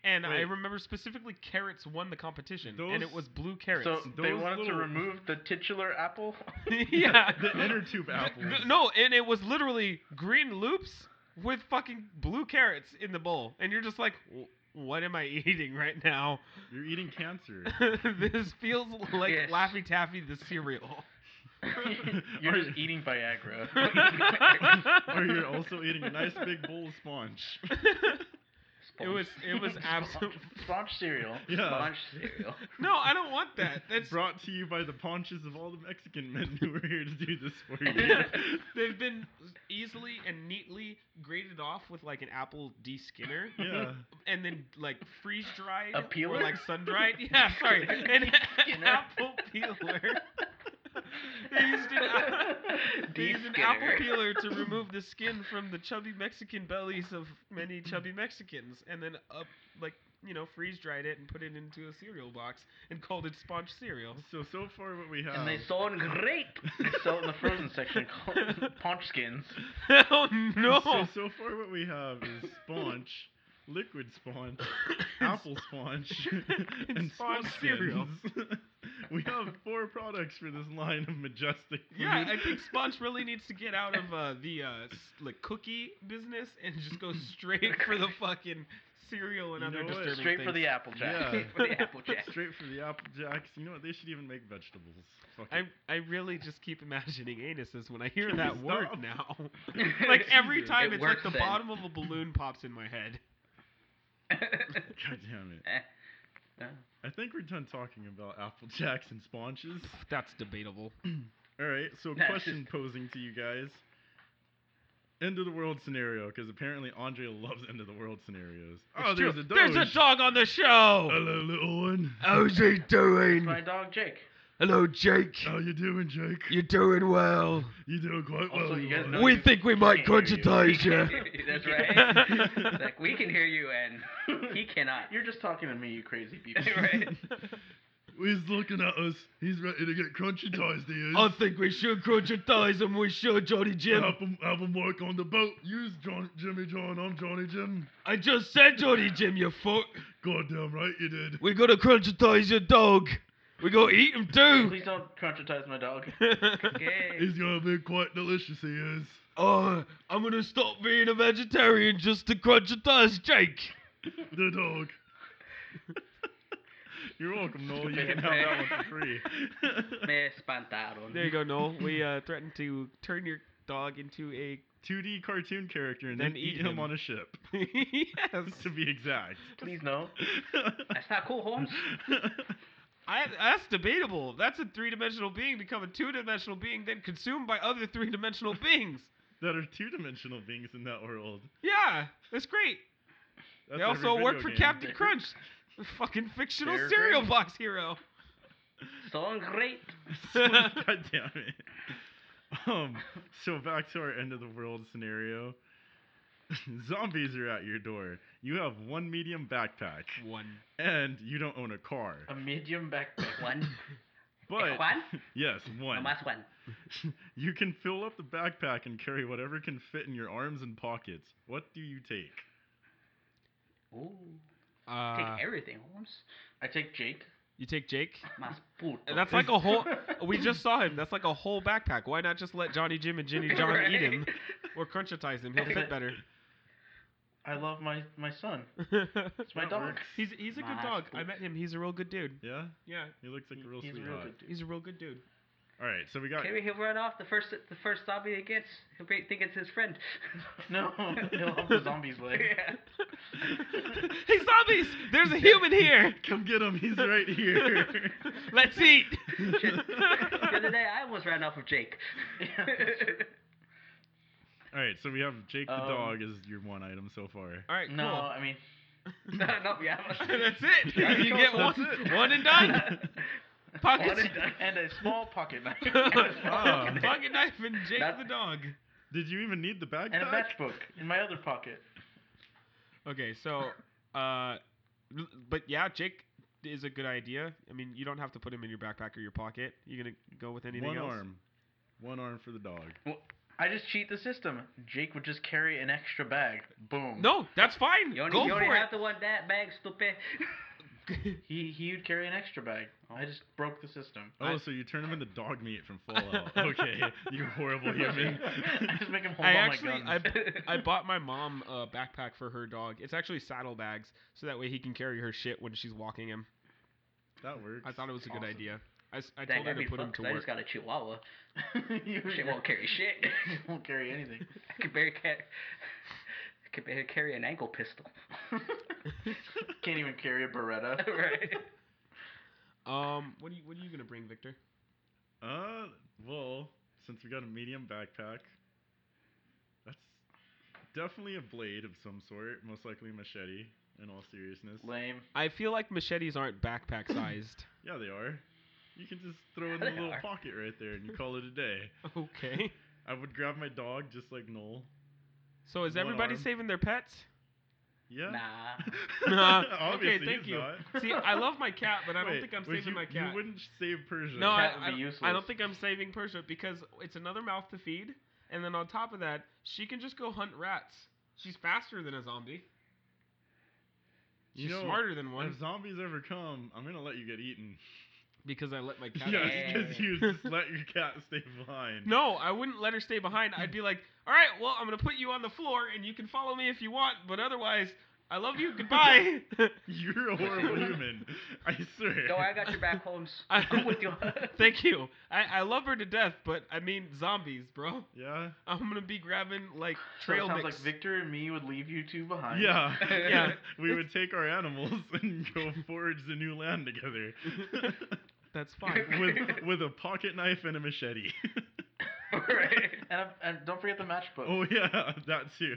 Speaker 3: and I
Speaker 4: Wait.
Speaker 3: remember specifically carrots won the competition, and it
Speaker 4: Those-
Speaker 3: was blue carrots.
Speaker 2: So they
Speaker 4: Those
Speaker 2: wanted to
Speaker 4: little-
Speaker 2: remove the titular apple.
Speaker 3: yeah,
Speaker 4: The inner tube apples.
Speaker 3: Th- no, and it was literally green loops with fucking blue carrots in the bowl, and you're just like, "W- what am I eating right now?
Speaker 4: You're eating cancer.
Speaker 3: this feels like
Speaker 5: Yes.
Speaker 3: Laffy Taffy the cereal.
Speaker 2: You're
Speaker 4: Are
Speaker 2: just
Speaker 4: you-
Speaker 2: eating Viagra.
Speaker 4: or you're also eating a nice big bowl of sponge.
Speaker 3: It was- it was absolute-
Speaker 2: sponge cereal.
Speaker 4: Yeah.
Speaker 5: Sponge cereal.
Speaker 3: no, I don't want that. That's
Speaker 4: Brought to you by the paunches of all the Mexican men who were here to do this for you.
Speaker 3: they've been easily and neatly grated off with like an apple deskinner.
Speaker 4: yeah.
Speaker 3: and then like freeze dried
Speaker 2: A
Speaker 3: or
Speaker 2: peeler?
Speaker 3: like sun dried. Yeah, sorry, an
Speaker 2: Skinner.
Speaker 3: apple peeler. they used an, a- they used an apple
Speaker 5: Skinner.
Speaker 3: peeler to remove the skin from the chubby Mexican bellies of many chubby Mexicans, and then up like you know freeze dried it and put it into a cereal box and called it sponge cereal.
Speaker 4: So so far what we have.
Speaker 2: And they sold great. They sold in the frozen section called paunch skins.
Speaker 3: oh no!
Speaker 4: So so far what we have is sponge, liquid sponge, apple sponge,
Speaker 3: And
Speaker 4: and,
Speaker 3: sponge
Speaker 4: sponge
Speaker 3: cereal.
Speaker 4: skins. we have four products for this line of majestic.
Speaker 3: Yeah, I
Speaker 4: food.
Speaker 3: think Sponge really needs to get out of uh, the uh, s- like cookie business and just go straight for the fucking cereal and
Speaker 4: You
Speaker 3: other
Speaker 4: know what?
Speaker 3: disturbing
Speaker 2: Straight for the
Speaker 3: things.
Speaker 2: apple jack.
Speaker 4: Yeah.
Speaker 5: For the apple jack.
Speaker 4: Straight for the apple jacks. You know what? They should even make vegetables. Fuck it.
Speaker 3: I I really just keep imagining anuses when I hear that word
Speaker 4: Stop.
Speaker 3: now. like every time,
Speaker 5: It
Speaker 3: it's like
Speaker 5: works
Speaker 3: the
Speaker 5: then.
Speaker 3: bottom of a balloon pops in my head.
Speaker 4: God damn it.
Speaker 5: Eh. Uh,
Speaker 4: I think we're done talking about apple jacks and sponges.
Speaker 3: That's debatable.
Speaker 4: All right, so
Speaker 5: Nah,
Speaker 4: question posing to you guys. End of the world scenario, because apparently Andre loves end of the world scenarios. oh, there's a dog.
Speaker 3: There's a Oh, dog on the show.
Speaker 4: Hello, little one.
Speaker 3: How's he doing?
Speaker 2: My dog Jake.
Speaker 3: Hello, Jake.
Speaker 4: How you doing, Jake?
Speaker 3: You're doing well.
Speaker 4: You doing quite
Speaker 2: Also,
Speaker 4: well.
Speaker 2: you
Speaker 4: little
Speaker 2: guys
Speaker 4: one.
Speaker 2: know- We think
Speaker 3: we might
Speaker 2: Can't hear you.
Speaker 3: contagize
Speaker 5: That's right. like we can hear you and he cannot.
Speaker 2: You're just talking to me, you crazy people.
Speaker 5: right.
Speaker 4: He's looking at us. He's ready to get crunchytized. He is.
Speaker 3: I think we should crunchitize him. We should, Johnny Jim.
Speaker 4: Help him, help him work on the boat. Use John, Jimmy John. I'm Johnny Jim.
Speaker 3: I just said, Johnny Jim, you fuck.
Speaker 4: Goddamn right you did.
Speaker 3: We gotta crunchitize your dog. We gotta eat him too.
Speaker 2: Please don't crunchitize my dog.
Speaker 5: Yay.
Speaker 4: He's gonna be quite delicious. He is.
Speaker 3: oh, I'm gonna stop being a vegetarian just to crunchitize Jake.
Speaker 4: The dog. You're welcome, Noel. You can
Speaker 5: Stupid
Speaker 4: have that one for free.
Speaker 5: Me espantaron.
Speaker 3: There you go, Noel. We uh, threatened to turn your dog into a.
Speaker 4: 2D cartoon character and
Speaker 3: Then
Speaker 4: then,
Speaker 3: eat
Speaker 4: eat him.
Speaker 3: him.
Speaker 4: on a ship,
Speaker 3: yes.
Speaker 4: to be exact.
Speaker 2: Please no.
Speaker 5: That's not cool, Holmes.
Speaker 3: I, that's debatable. That's a three dimensional being become a two dimensional being, then consumed by other three dimensional beings.
Speaker 4: that are two-dimensional beings in that world.
Speaker 3: Yeah, that's great.
Speaker 4: That's
Speaker 3: they
Speaker 4: every
Speaker 3: also work
Speaker 4: video
Speaker 3: for
Speaker 4: game.
Speaker 3: Captain Crunch, the fucking fictional
Speaker 2: They're
Speaker 3: cereal
Speaker 2: great.
Speaker 3: box hero.
Speaker 5: So great.
Speaker 4: God damn it. Um, so back to our end of the world scenario. Zombies are at your door. You have one medium backpack,
Speaker 3: One.
Speaker 4: and you don't own a car.
Speaker 2: A medium backpack.
Speaker 5: One.
Speaker 4: But
Speaker 5: Juan?
Speaker 4: yes, one.
Speaker 5: Nomás Juan.
Speaker 4: you can fill up the backpack and carry whatever can fit in your arms and pockets. What do you take?
Speaker 5: Ooh. Take
Speaker 3: Uh,
Speaker 5: everything, Holmes.
Speaker 2: Uh, I take Jake.
Speaker 3: You take Jake.
Speaker 5: Mas puto.
Speaker 3: And that's like a whole. we just saw him. That's like a whole backpack. Why not just let Johnny Jim and Ginny John eat him
Speaker 5: Right.
Speaker 3: or crunchitize him? He'll fit better.
Speaker 2: I love my my son. It's my
Speaker 4: That
Speaker 2: dog.
Speaker 4: works.
Speaker 3: he's he's a good
Speaker 5: Nice.
Speaker 3: dog. I met him. He's a real good dude.
Speaker 4: Yeah,
Speaker 3: Yeah,
Speaker 4: he looks like a real
Speaker 2: He's a
Speaker 4: sweetheart.
Speaker 2: real good dude.
Speaker 3: he's a real good dude.
Speaker 4: All right, so we got.
Speaker 5: Maybe he'll run off the first the first zombie he gets. He'll be- think it's his friend.
Speaker 2: No, he'll hump the zombie's leg.
Speaker 5: yeah.
Speaker 3: hey zombies! There's a human here.
Speaker 4: Come get him. He's right here.
Speaker 3: Let's eat.
Speaker 5: the other day, I almost ran off of Jake.
Speaker 2: Yeah, that's true.
Speaker 4: All right, so we have Jake the
Speaker 2: Um,
Speaker 4: dog as your one item so far.
Speaker 3: All right, cool.
Speaker 2: No, I mean,
Speaker 5: no, no, yeah.
Speaker 3: that's it.
Speaker 4: Yeah,
Speaker 3: you
Speaker 4: cool.
Speaker 3: get one,
Speaker 4: That's it.
Speaker 3: one and done. Pocket, Oh,
Speaker 2: one and, done. and a small pocket knife. and, a small
Speaker 4: Ah.
Speaker 2: pocket knife.
Speaker 3: pocket knife and Jake
Speaker 5: That-
Speaker 3: the dog.
Speaker 4: Did you even need the backpack?
Speaker 2: and a matchbook in my other pocket.
Speaker 3: Okay, so, uh, l- but yeah, Jake is a good idea. I mean, you don't have to put him in your backpack or your pocket. You gonna go with anything
Speaker 4: One
Speaker 3: else?
Speaker 4: arm. One arm for the dog.
Speaker 2: Well, I just cheat the system. Jake would just carry an extra bag. Boom.
Speaker 3: No, that's fine.
Speaker 5: You only,
Speaker 3: go
Speaker 5: you only
Speaker 3: for
Speaker 5: have to want that bag, stupid.
Speaker 3: it.
Speaker 2: He he would carry an extra bag.
Speaker 3: Oh.
Speaker 2: I just broke the system.
Speaker 4: Oh,
Speaker 3: I-
Speaker 4: so you turn him into dog meat from Fallout. okay, you horrible human.
Speaker 2: I just make him hold
Speaker 3: I
Speaker 2: all
Speaker 3: actually
Speaker 2: my guns.
Speaker 3: I, I bought my mom a backpack for her dog. It's actually saddlebags, so that way he can carry her shit when she's walking him.
Speaker 4: that works.
Speaker 3: I thought it was a good
Speaker 2: Awesome.
Speaker 3: idea. I, s- I
Speaker 5: Dang,
Speaker 3: told her
Speaker 5: I'd be
Speaker 3: to put him
Speaker 5: fucked,
Speaker 3: to
Speaker 5: 'cause I just
Speaker 3: work.
Speaker 5: got a chihuahua.
Speaker 2: You-
Speaker 5: She won't carry shit.
Speaker 2: She won't carry anything.
Speaker 5: I could barely carry. I could barely carry an ankle pistol.
Speaker 2: Can't even carry a Beretta.
Speaker 5: right.
Speaker 3: Um, what are you what are you gonna bring, Victor?
Speaker 4: Uh, well, since we got a medium backpack, that's definitely a blade of some sort, most likely a machete. In all seriousness,
Speaker 2: Lame.
Speaker 3: I feel like machetes aren't backpack sized.
Speaker 4: yeah, they are. You can just throw in
Speaker 5: They
Speaker 4: the little
Speaker 5: are.
Speaker 4: pocket right there, and you call it a day.
Speaker 3: okay.
Speaker 4: I would grab my dog just like Noel.
Speaker 3: So is
Speaker 4: One
Speaker 3: everybody
Speaker 4: arm.
Speaker 3: saving their pets?
Speaker 4: Yeah.
Speaker 5: Nah.
Speaker 3: Nah. Okay,
Speaker 4: Obviously,
Speaker 3: thank
Speaker 4: he's
Speaker 3: you.
Speaker 4: Not.
Speaker 3: See, I love my cat, but I don't
Speaker 4: Wait,
Speaker 3: think I'm
Speaker 4: would
Speaker 3: saving
Speaker 4: you,
Speaker 3: my cat.
Speaker 4: You wouldn't save Persia.
Speaker 3: No, I,
Speaker 2: Cat would
Speaker 3: I,
Speaker 2: be
Speaker 3: I
Speaker 2: useless.
Speaker 3: don't think I'm saving Persia because it's another mouth to feed, and then on top of that, she can just go hunt rats. She's faster than a zombie. She's
Speaker 4: You know,
Speaker 3: smarter than one
Speaker 4: If zombies ever come, I'm gonna let you get eaten.
Speaker 3: because I let my cat. out.
Speaker 4: yes, because you just let your cat stay behind.
Speaker 3: No, I wouldn't let her stay behind. I'd be like, all right, well, I'm gonna put you on the floor, and you can follow me if you want, but otherwise, I love you. Goodbye.
Speaker 4: You're a horrible human. I swear.
Speaker 5: Don't worry, I got your back, Holmes.
Speaker 3: I-
Speaker 5: I'm with you.
Speaker 3: Thank you. I, I love her to death, but I mean zombies, bro.
Speaker 4: Yeah.
Speaker 3: I'm gonna be grabbing like
Speaker 2: So it
Speaker 3: trail
Speaker 2: sounds
Speaker 3: mix.
Speaker 2: like Victor and me would leave you two behind.
Speaker 4: Yeah.
Speaker 3: Yeah.
Speaker 4: we would take our animals and go forage the new land together.
Speaker 3: That's fine.
Speaker 4: with with a pocket knife and a machete.
Speaker 5: right.
Speaker 2: And, I'm- and don't forget the matchbook.
Speaker 4: oh yeah, that too.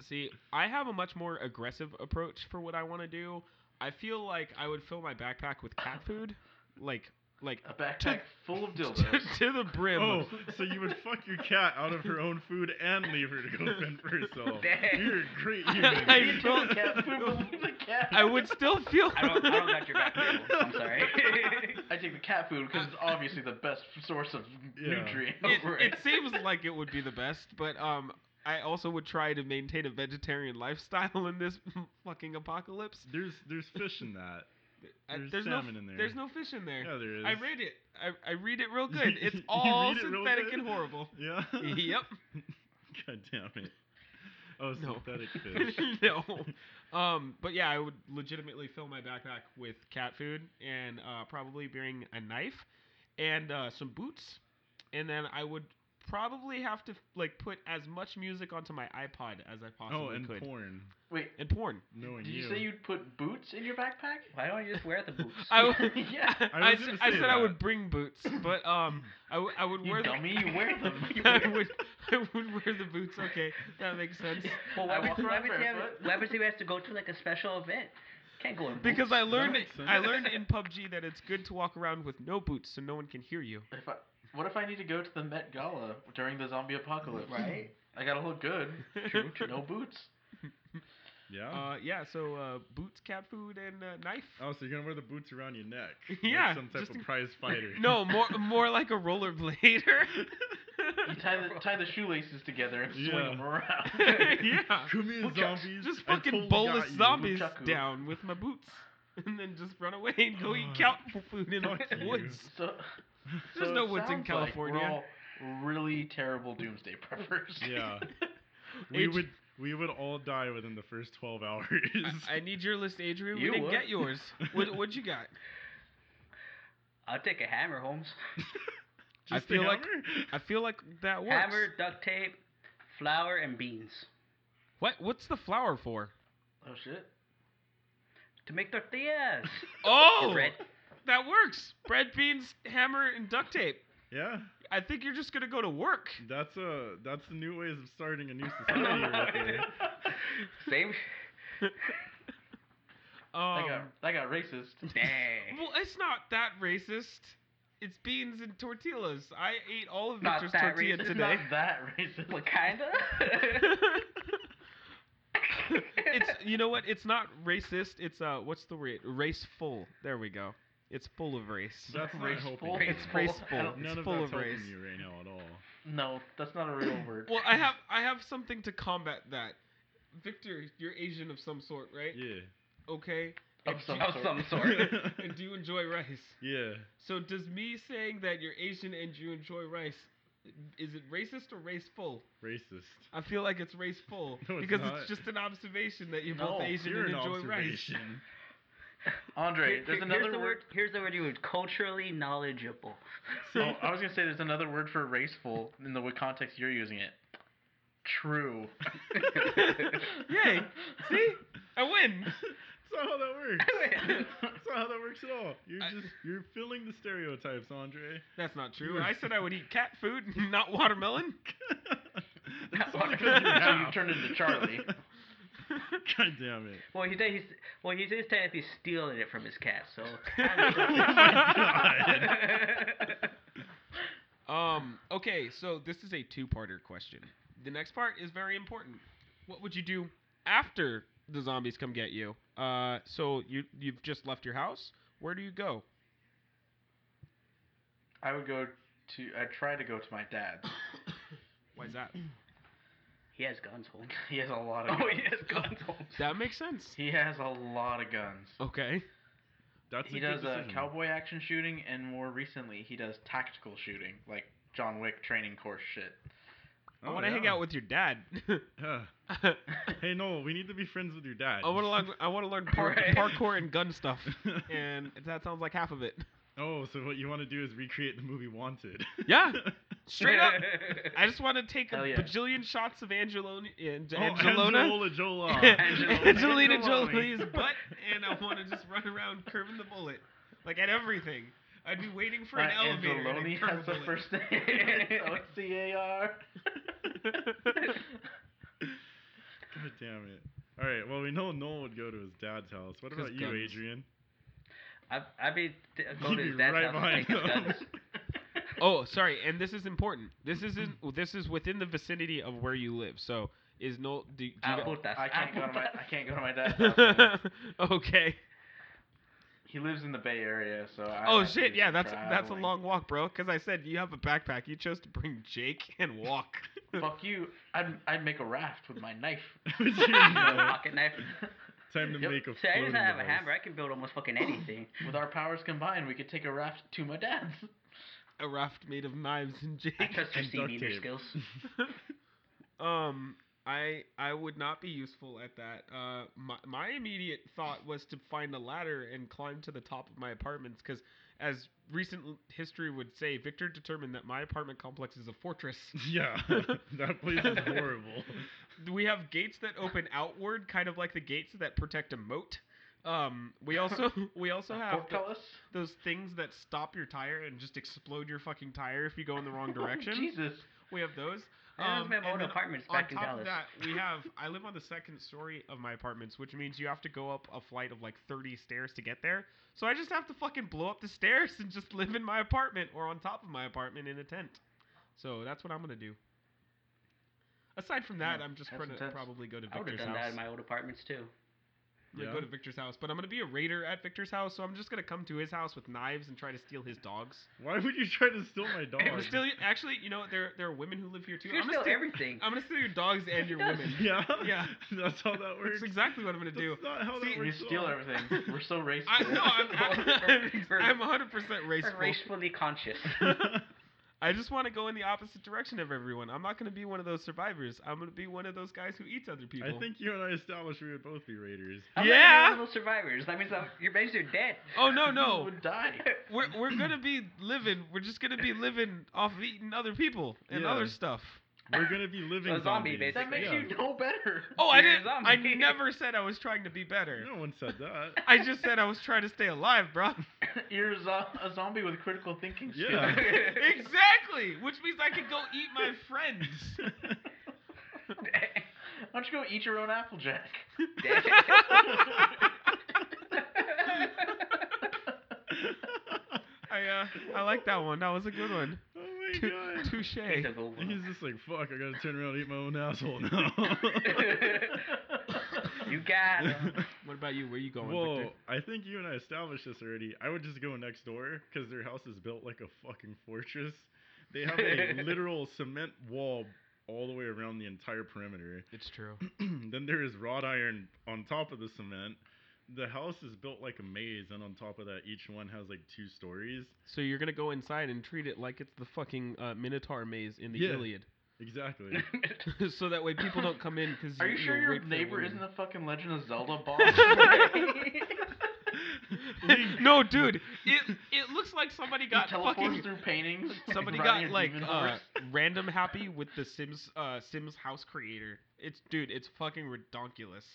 Speaker 3: See, I have a much more aggressive approach for what I want to do. I feel like I would fill my backpack with cat food, like like
Speaker 2: A backpack full of
Speaker 3: to,
Speaker 2: dildos.
Speaker 3: to the brim.
Speaker 4: Oh, so you would fuck your cat out of her own food and leave her to go fend for herself.
Speaker 5: Dang.
Speaker 4: You're a great
Speaker 3: I
Speaker 4: human.
Speaker 2: You told the cat food, but leave the cat.
Speaker 3: I would still feel.
Speaker 5: I don't. I don't got your back, Holmes. I'm sorry.
Speaker 2: I take the cat food because it's obviously the best source of
Speaker 4: Yeah.
Speaker 2: nutrient.
Speaker 3: it,
Speaker 2: Right.
Speaker 3: it seems like it would be the best, but um, I also would try to maintain a vegetarian lifestyle in this fucking apocalypse.
Speaker 4: There's there's fish in that.
Speaker 3: I-
Speaker 4: There's
Speaker 3: no,
Speaker 4: salmon in there.
Speaker 3: There's no fish in there.
Speaker 4: Yeah, there is.
Speaker 3: I read it. I, I read it real
Speaker 4: You-
Speaker 3: good. It's
Speaker 4: you
Speaker 3: all
Speaker 4: read it real
Speaker 3: synthetic
Speaker 4: good?
Speaker 3: and horrible.
Speaker 4: Yeah.
Speaker 3: yep.
Speaker 4: God damn it. Oh,
Speaker 3: No.
Speaker 4: synthetic fish.
Speaker 3: no. Um, but yeah, I would legitimately fill my backpack with cat food and uh, probably bring a knife and uh, some boots, and then I would probably have to like put as much music onto my iPod as I possibly
Speaker 4: Oh, and
Speaker 3: could.
Speaker 4: porn.
Speaker 2: Wait,
Speaker 3: And porn.
Speaker 4: Knowing
Speaker 2: did you, say you'd put boots in your backpack?
Speaker 5: Why don't you just wear the boots?
Speaker 3: I would,
Speaker 2: Yeah,
Speaker 3: I,
Speaker 4: I
Speaker 3: s-
Speaker 4: was gonna
Speaker 3: I
Speaker 4: say
Speaker 3: said I
Speaker 4: that.
Speaker 3: would bring boots, but um, I, w- I would
Speaker 2: You
Speaker 3: wear
Speaker 2: dummy, you wear them.
Speaker 3: the
Speaker 2: You
Speaker 3: I
Speaker 2: wear-
Speaker 3: would I would wear the boots. Okay, that makes sense.
Speaker 5: Well,
Speaker 2: I
Speaker 5: why would,
Speaker 2: walk
Speaker 5: why
Speaker 2: around
Speaker 5: would you have,
Speaker 2: barefoot.
Speaker 5: why would you have to go to like a special event? Can't go in boots.
Speaker 3: Because I learned
Speaker 4: makes sense.
Speaker 3: I learned in PUBG that it's good to walk around with no boots so no one can hear you.
Speaker 2: If I, what if I need to go to the Met Gala during the zombie apocalypse?
Speaker 5: Right.
Speaker 2: I gotta look good. True, true. No boots.
Speaker 4: Yeah.
Speaker 3: Uh, yeah, so uh, boots, cat food, and uh, knife.
Speaker 4: oh, so you're gonna wear the boots around your neck?
Speaker 3: Yeah,
Speaker 4: Like some type
Speaker 3: just in-
Speaker 4: of prize fighter.
Speaker 3: No, more more like a rollerblader.
Speaker 2: You tie the tie the shoelaces together and swing
Speaker 4: Yeah.
Speaker 2: them around.
Speaker 3: yeah,
Speaker 4: Come here,
Speaker 2: Well, ju-
Speaker 4: zombies.
Speaker 3: just
Speaker 4: I
Speaker 3: fucking
Speaker 4: totally
Speaker 3: bowl
Speaker 4: got
Speaker 3: of
Speaker 4: you.
Speaker 3: zombies
Speaker 2: Luchaku.
Speaker 3: down with my boots. and then just run away and go eat
Speaker 4: Oh,
Speaker 3: cat food in the
Speaker 4: fuck you.
Speaker 3: woods.
Speaker 2: So,
Speaker 3: There's
Speaker 2: so
Speaker 3: no
Speaker 2: it
Speaker 3: woods in
Speaker 2: sounds like
Speaker 3: California.
Speaker 2: we're all really terrible doomsday preppers.
Speaker 4: Yeah. We
Speaker 3: H-
Speaker 4: would we would all die within the first twelve hours.
Speaker 3: I, I need your list, Adrian. We
Speaker 2: You
Speaker 3: didn't
Speaker 2: would.
Speaker 3: get yours. What what you got?
Speaker 5: I'll take a hammer, Holmes.
Speaker 3: I
Speaker 4: Just a
Speaker 3: feel like
Speaker 4: hammer?
Speaker 3: I feel like that works.
Speaker 5: Hammer, duct tape, flour, and beans
Speaker 3: What what's the flour for?
Speaker 2: Oh shit.
Speaker 5: to make tortillas.
Speaker 3: Oh,
Speaker 5: Bread.
Speaker 3: that works. Bread, beans, hammer, and duct tape.
Speaker 4: Yeah.
Speaker 3: I think you're just gonna go to work.
Speaker 4: That's a that's the new ways of starting a new society right there.
Speaker 5: Same.
Speaker 2: That
Speaker 3: Um,
Speaker 2: got that got racist.
Speaker 5: Dang.
Speaker 3: well, it's not that racist. It's beans and tortillas. I ate all of
Speaker 5: Not
Speaker 3: Victor's
Speaker 5: that
Speaker 3: tortilla
Speaker 5: racist.
Speaker 2: It's
Speaker 3: today.
Speaker 2: not that racist.
Speaker 5: Well, kinda.
Speaker 3: it's you know what? It's not racist. It's uh, what's the word? Raceful. There we go. It's full of race.
Speaker 4: That's not
Speaker 2: Raceful.
Speaker 4: helping.
Speaker 3: It's raceful.
Speaker 4: None
Speaker 3: It's
Speaker 4: of
Speaker 3: full
Speaker 4: that's
Speaker 3: of
Speaker 4: helping
Speaker 3: race.
Speaker 4: you right now at all.
Speaker 2: No, that's not a real word.
Speaker 3: Well, I have I have something to combat that. Victor, you're Asian of some sort, right?
Speaker 4: Yeah.
Speaker 3: Okay.
Speaker 2: Of
Speaker 3: And do-
Speaker 2: some
Speaker 5: of
Speaker 2: sort.
Speaker 5: some sort.
Speaker 3: and do you enjoy rice?
Speaker 4: yeah.
Speaker 3: So does me saying that you're Asian and you enjoy rice, is it racist or raceful?
Speaker 4: Racist.
Speaker 3: I feel like it's raceful
Speaker 4: No, it's
Speaker 3: because
Speaker 4: not.
Speaker 3: it's just an observation that you're
Speaker 2: No,
Speaker 3: both Asian
Speaker 4: You're
Speaker 3: and
Speaker 4: an
Speaker 3: enjoy rice.
Speaker 4: observation.
Speaker 2: Andre,
Speaker 5: Here-
Speaker 2: there's
Speaker 5: here-
Speaker 2: another
Speaker 5: here's the
Speaker 2: word.
Speaker 5: word. Here's the word you would culturally knowledgeable.
Speaker 2: Oh, I was gonna say there's another word for raceful in the context you're using it. True.
Speaker 3: Yay! See, I win.
Speaker 4: That's not how that works.
Speaker 5: Wait.
Speaker 4: That's not how that works at all. You're
Speaker 3: I-
Speaker 4: just you're filling the stereotypes, Andre.
Speaker 3: That's not true. I said I would eat cat food, not watermelon.
Speaker 4: That's only 'cause you're
Speaker 2: So you
Speaker 4: half.
Speaker 2: turned into Charlie.
Speaker 4: God damn it.
Speaker 5: well, he's, he's well, he's just technically stealing it from his cat. So.
Speaker 3: Um. Okay. So this is a two-parter question. The next part is very important. What would you do after the zombies come get you? Uh. So you you've just left your house. Where do you go?
Speaker 2: I would go to. I try to go to my dad's.
Speaker 3: Why is that?
Speaker 5: he has guns, Holmes.
Speaker 2: He has a lot of.
Speaker 5: Oh,
Speaker 2: Guns.
Speaker 5: he has guns, Holmes.
Speaker 3: That makes sense.
Speaker 2: He has a lot of guns.
Speaker 3: Okay.
Speaker 4: That's
Speaker 2: he
Speaker 4: a good
Speaker 2: does uh,
Speaker 4: decision.
Speaker 2: cowboy action shooting, and more recently, he does tactical shooting, like John Wick training course shit.
Speaker 3: I
Speaker 4: Oh,
Speaker 3: want to hang
Speaker 4: yeah.
Speaker 3: out with your dad.
Speaker 4: Yeah.
Speaker 3: I
Speaker 4: Hey Noel, we need to be friends with your dad.
Speaker 3: want to learn. I want to learn par-
Speaker 5: Right.
Speaker 3: parkour and gun stuff, and that sounds like half of it.
Speaker 4: Oh, so what you want to do is recreate the movie Wanted.
Speaker 3: Yeah. Straight up. I just want to take
Speaker 2: Hell
Speaker 3: a
Speaker 2: yeah.
Speaker 3: bajillion shots of Angelona, and
Speaker 4: Oh,
Speaker 3: Angelona,
Speaker 4: Angelola Jola.
Speaker 5: Angelo-
Speaker 3: Angelina
Speaker 2: Angeloni.
Speaker 3: Jolie's butt, and I want to just run around curving the bullet, like at everything. I'd be waiting for an
Speaker 2: Uh,
Speaker 3: elevator. and
Speaker 2: Angeloni
Speaker 3: I'd curve
Speaker 2: has the
Speaker 3: bullet.
Speaker 2: first name. so it's C A R.
Speaker 4: God damn it. All right. Well, we know Noel would go to his dad's house. What
Speaker 3: 'Cause
Speaker 4: about you,
Speaker 3: guns.
Speaker 4: Adrian?
Speaker 5: I'd, I'd be t- go
Speaker 4: You'd
Speaker 5: to
Speaker 4: be
Speaker 5: his dad's
Speaker 4: right
Speaker 5: house
Speaker 4: behind
Speaker 5: and take his
Speaker 4: him.
Speaker 5: guns.
Speaker 3: oh, sorry, and this is important. This is in, this is within the vicinity of where you live. So is no. Do, do you
Speaker 5: Ah,
Speaker 3: got-
Speaker 5: putas.
Speaker 2: I can't
Speaker 5: Ah,
Speaker 2: go to my. I
Speaker 5: putas.
Speaker 2: can't go to my dad's house. man.
Speaker 3: okay.
Speaker 2: he lives in the Bay Area, so. I
Speaker 3: Oh
Speaker 2: have to
Speaker 3: shit!
Speaker 2: do
Speaker 3: Yeah,
Speaker 2: some
Speaker 3: that's that's a
Speaker 2: traveling.
Speaker 3: long walk, bro. Because I said you have a backpack. You chose to bring Jake and walk.
Speaker 2: Fuck you! I'd, I'd make a raft with my knife.
Speaker 4: Would you
Speaker 5: With a
Speaker 4: know?
Speaker 5: pocket knife.
Speaker 4: Time to
Speaker 2: Yep.
Speaker 4: make a
Speaker 5: See, I
Speaker 4: floating
Speaker 5: just have a
Speaker 4: device.
Speaker 5: hammer. I can build almost fucking anything.
Speaker 2: With our powers combined, we could take a raft to my dad's.
Speaker 3: a raft made of knives and Jake.
Speaker 5: I trust your
Speaker 4: And duct
Speaker 5: C
Speaker 4: tape.
Speaker 5: skills.
Speaker 3: um, I I would not be useful at that. Uh, my my immediate thought was to find a ladder and climb to the top of my apartments because, as recent l- history would say, Victor determined that my apartment complex is a fortress.
Speaker 4: Yeah, that place is horrible.
Speaker 3: we have gates that open outward, kind of like the gates that protect a moat. Um, we also we also
Speaker 2: A
Speaker 3: have the-
Speaker 2: portcullis.
Speaker 3: those things that stop your tire and just explode your fucking tire if you go in the wrong
Speaker 2: Oh,
Speaker 3: direction.
Speaker 2: Jesus.
Speaker 3: We have those.
Speaker 5: I
Speaker 3: Um,
Speaker 5: live in my
Speaker 3: and
Speaker 5: own
Speaker 3: then
Speaker 5: apartments
Speaker 3: on
Speaker 5: back in
Speaker 3: top
Speaker 5: Dallas.
Speaker 3: of that, we have. I live on the second story of my apartments, which means you have to go up a flight of like 30 stairs to get there. So I just have to fucking blow up the stairs and just live in my apartment or on top of my apartment in a tent. So that's what I'm gonna do. Aside from that,
Speaker 2: Yeah,
Speaker 3: I'm just
Speaker 2: that's
Speaker 3: gonna
Speaker 2: intense.
Speaker 3: probably go to
Speaker 5: I would have
Speaker 3: Victor's
Speaker 5: done
Speaker 3: house.
Speaker 5: that in my old apartments too.
Speaker 3: I'm gonna
Speaker 4: Yeah.
Speaker 3: go to Victor's house, but I'm gonna be a raider at Victor's house, so I'm just gonna come to his house with knives and try to steal his dogs.
Speaker 4: Why would you try to steal my dog?
Speaker 3: I'm gonna steal your- actually, you know, what, there there are women who live here too.
Speaker 5: You
Speaker 3: I'm
Speaker 5: can
Speaker 3: gonna
Speaker 5: steal
Speaker 3: steal,
Speaker 5: everything.
Speaker 3: I'm gonna steal your dogs and your women.
Speaker 4: yeah.
Speaker 3: Yeah.
Speaker 4: That's how that works.
Speaker 3: That's exactly what I'm gonna
Speaker 4: That's
Speaker 3: do.
Speaker 4: not how
Speaker 3: See,
Speaker 4: that
Speaker 2: We
Speaker 4: works. at
Speaker 2: steal
Speaker 4: all.
Speaker 2: everything. We're so racist.
Speaker 3: I no, I'm
Speaker 5: We're-
Speaker 3: I'm 100 percent
Speaker 5: We're
Speaker 3: raceful.
Speaker 5: racially conscious.
Speaker 3: I just want to go in the opposite direction of everyone. I'm not gonna be one of those survivors. I'm gonna be one of those guys who eats other people.
Speaker 4: I think you and I established we would both be raiders.
Speaker 5: I'm
Speaker 3: Yeah.
Speaker 5: Not even little survivors. That means that your babies are dead.
Speaker 3: Oh no
Speaker 2: You
Speaker 3: no.
Speaker 2: would die.
Speaker 3: We're, we're gonna be living. We're just gonna be living off of eating other people and
Speaker 4: Yeah.
Speaker 3: other stuff.
Speaker 4: We're gonna be living
Speaker 5: A zombie,
Speaker 4: zombies.
Speaker 2: That makes
Speaker 5: basically.
Speaker 4: yeah.
Speaker 2: you no better.
Speaker 3: Oh, I
Speaker 5: You're a
Speaker 3: didn't. I
Speaker 5: zombie.
Speaker 3: never said I was trying to be better.
Speaker 4: No one said that.
Speaker 3: I just said I was trying to stay alive, bro.
Speaker 2: You're a, zo- a zombie with critical thinking skills.
Speaker 4: Yeah.
Speaker 3: exactly. Which means I could go eat my friends.
Speaker 2: Why don't you go eat your own Applejack?
Speaker 3: I uh, I like that one. That was a good one.
Speaker 4: Oh my
Speaker 3: Tu-
Speaker 4: god.
Speaker 3: Touche.
Speaker 5: It's a gold one.
Speaker 4: He's just like, fuck, I gotta turn around and eat my own asshole now.
Speaker 5: you got 'em.
Speaker 3: What about you? Where you going?
Speaker 4: Whoa,
Speaker 3: Victor?
Speaker 4: I think you and I established this already. I would just go next door because their house is built like a fucking fortress. They have a literal cement wall all the way around the entire perimeter.
Speaker 3: It's true.
Speaker 4: then there is wrought iron on top of the cement. The house is built like a maze, and on top of that, each one has like two stories.
Speaker 3: So you're gonna go inside and treat it like it's the fucking uh, Minotaur maze in the
Speaker 4: Yeah.
Speaker 3: Iliad,
Speaker 4: Exactly.
Speaker 3: so that way people don't come in because
Speaker 2: Are you sure your neighbor isn't a fucking Legend of Zelda boss?
Speaker 4: Link-
Speaker 3: no, dude. It it looks like somebody
Speaker 2: he
Speaker 3: got
Speaker 2: teleports
Speaker 3: fucking
Speaker 2: through paintings.
Speaker 3: somebody
Speaker 2: riding a
Speaker 3: got like
Speaker 2: demon
Speaker 3: uh,
Speaker 2: horse.
Speaker 3: random happy with the Sims uh, Sims house creator. It's dude. It's fucking redonkulous.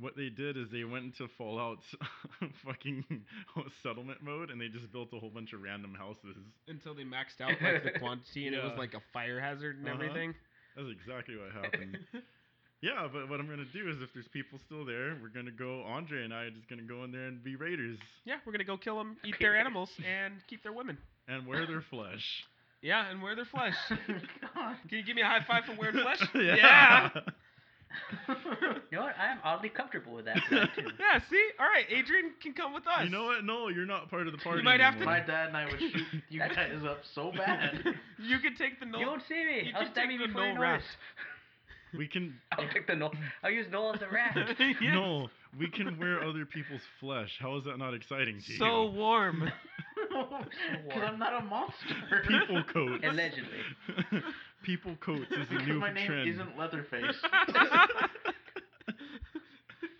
Speaker 4: What they did is they went into Fallout's fucking settlement mode, and they just built a whole bunch of random houses.
Speaker 3: Until they maxed out like the quantity and it was
Speaker 4: Yeah.
Speaker 3: like a fire hazard and
Speaker 4: Uh-huh.
Speaker 3: everything.
Speaker 4: That's exactly what happened. yeah, but what I'm gonna do is, if there's people still there, we're gonna go. Andre and I are just gonna go in there and be raiders
Speaker 3: Yeah, we're gonna go kill them, eat their animals, and keep their women.
Speaker 4: and wear their flesh.
Speaker 3: Yeah, and wear their flesh.
Speaker 2: God.
Speaker 3: Can you give me a high five for wearing flesh?
Speaker 4: yeah.
Speaker 5: You know what? I am oddly comfortable with that plan, too.
Speaker 3: Yeah, see? All right, Adrian can come with us.
Speaker 4: You know what? No, you're not part of the party.
Speaker 3: might have to-
Speaker 2: My
Speaker 4: anymore.
Speaker 2: dad and I would shoot you guys up so bad.
Speaker 3: You can take the
Speaker 5: You
Speaker 3: null.
Speaker 5: won't see me.
Speaker 3: you
Speaker 5: I'll
Speaker 3: can
Speaker 5: stab
Speaker 3: take
Speaker 5: you
Speaker 3: the
Speaker 5: before you
Speaker 3: null
Speaker 5: know it.
Speaker 3: raft.
Speaker 4: We can.
Speaker 5: I'll take the null. I'll use null as a raft.
Speaker 3: Yes.
Speaker 4: No, we can wear other people's flesh. How is that not exciting to
Speaker 3: So
Speaker 4: you?
Speaker 3: warm.
Speaker 2: Because I'm not a monster.
Speaker 4: People coats.
Speaker 5: Allegedly.
Speaker 4: People coats is a
Speaker 2: 'Cause
Speaker 4: new
Speaker 2: my name
Speaker 4: trend.
Speaker 2: isn't Leatherface.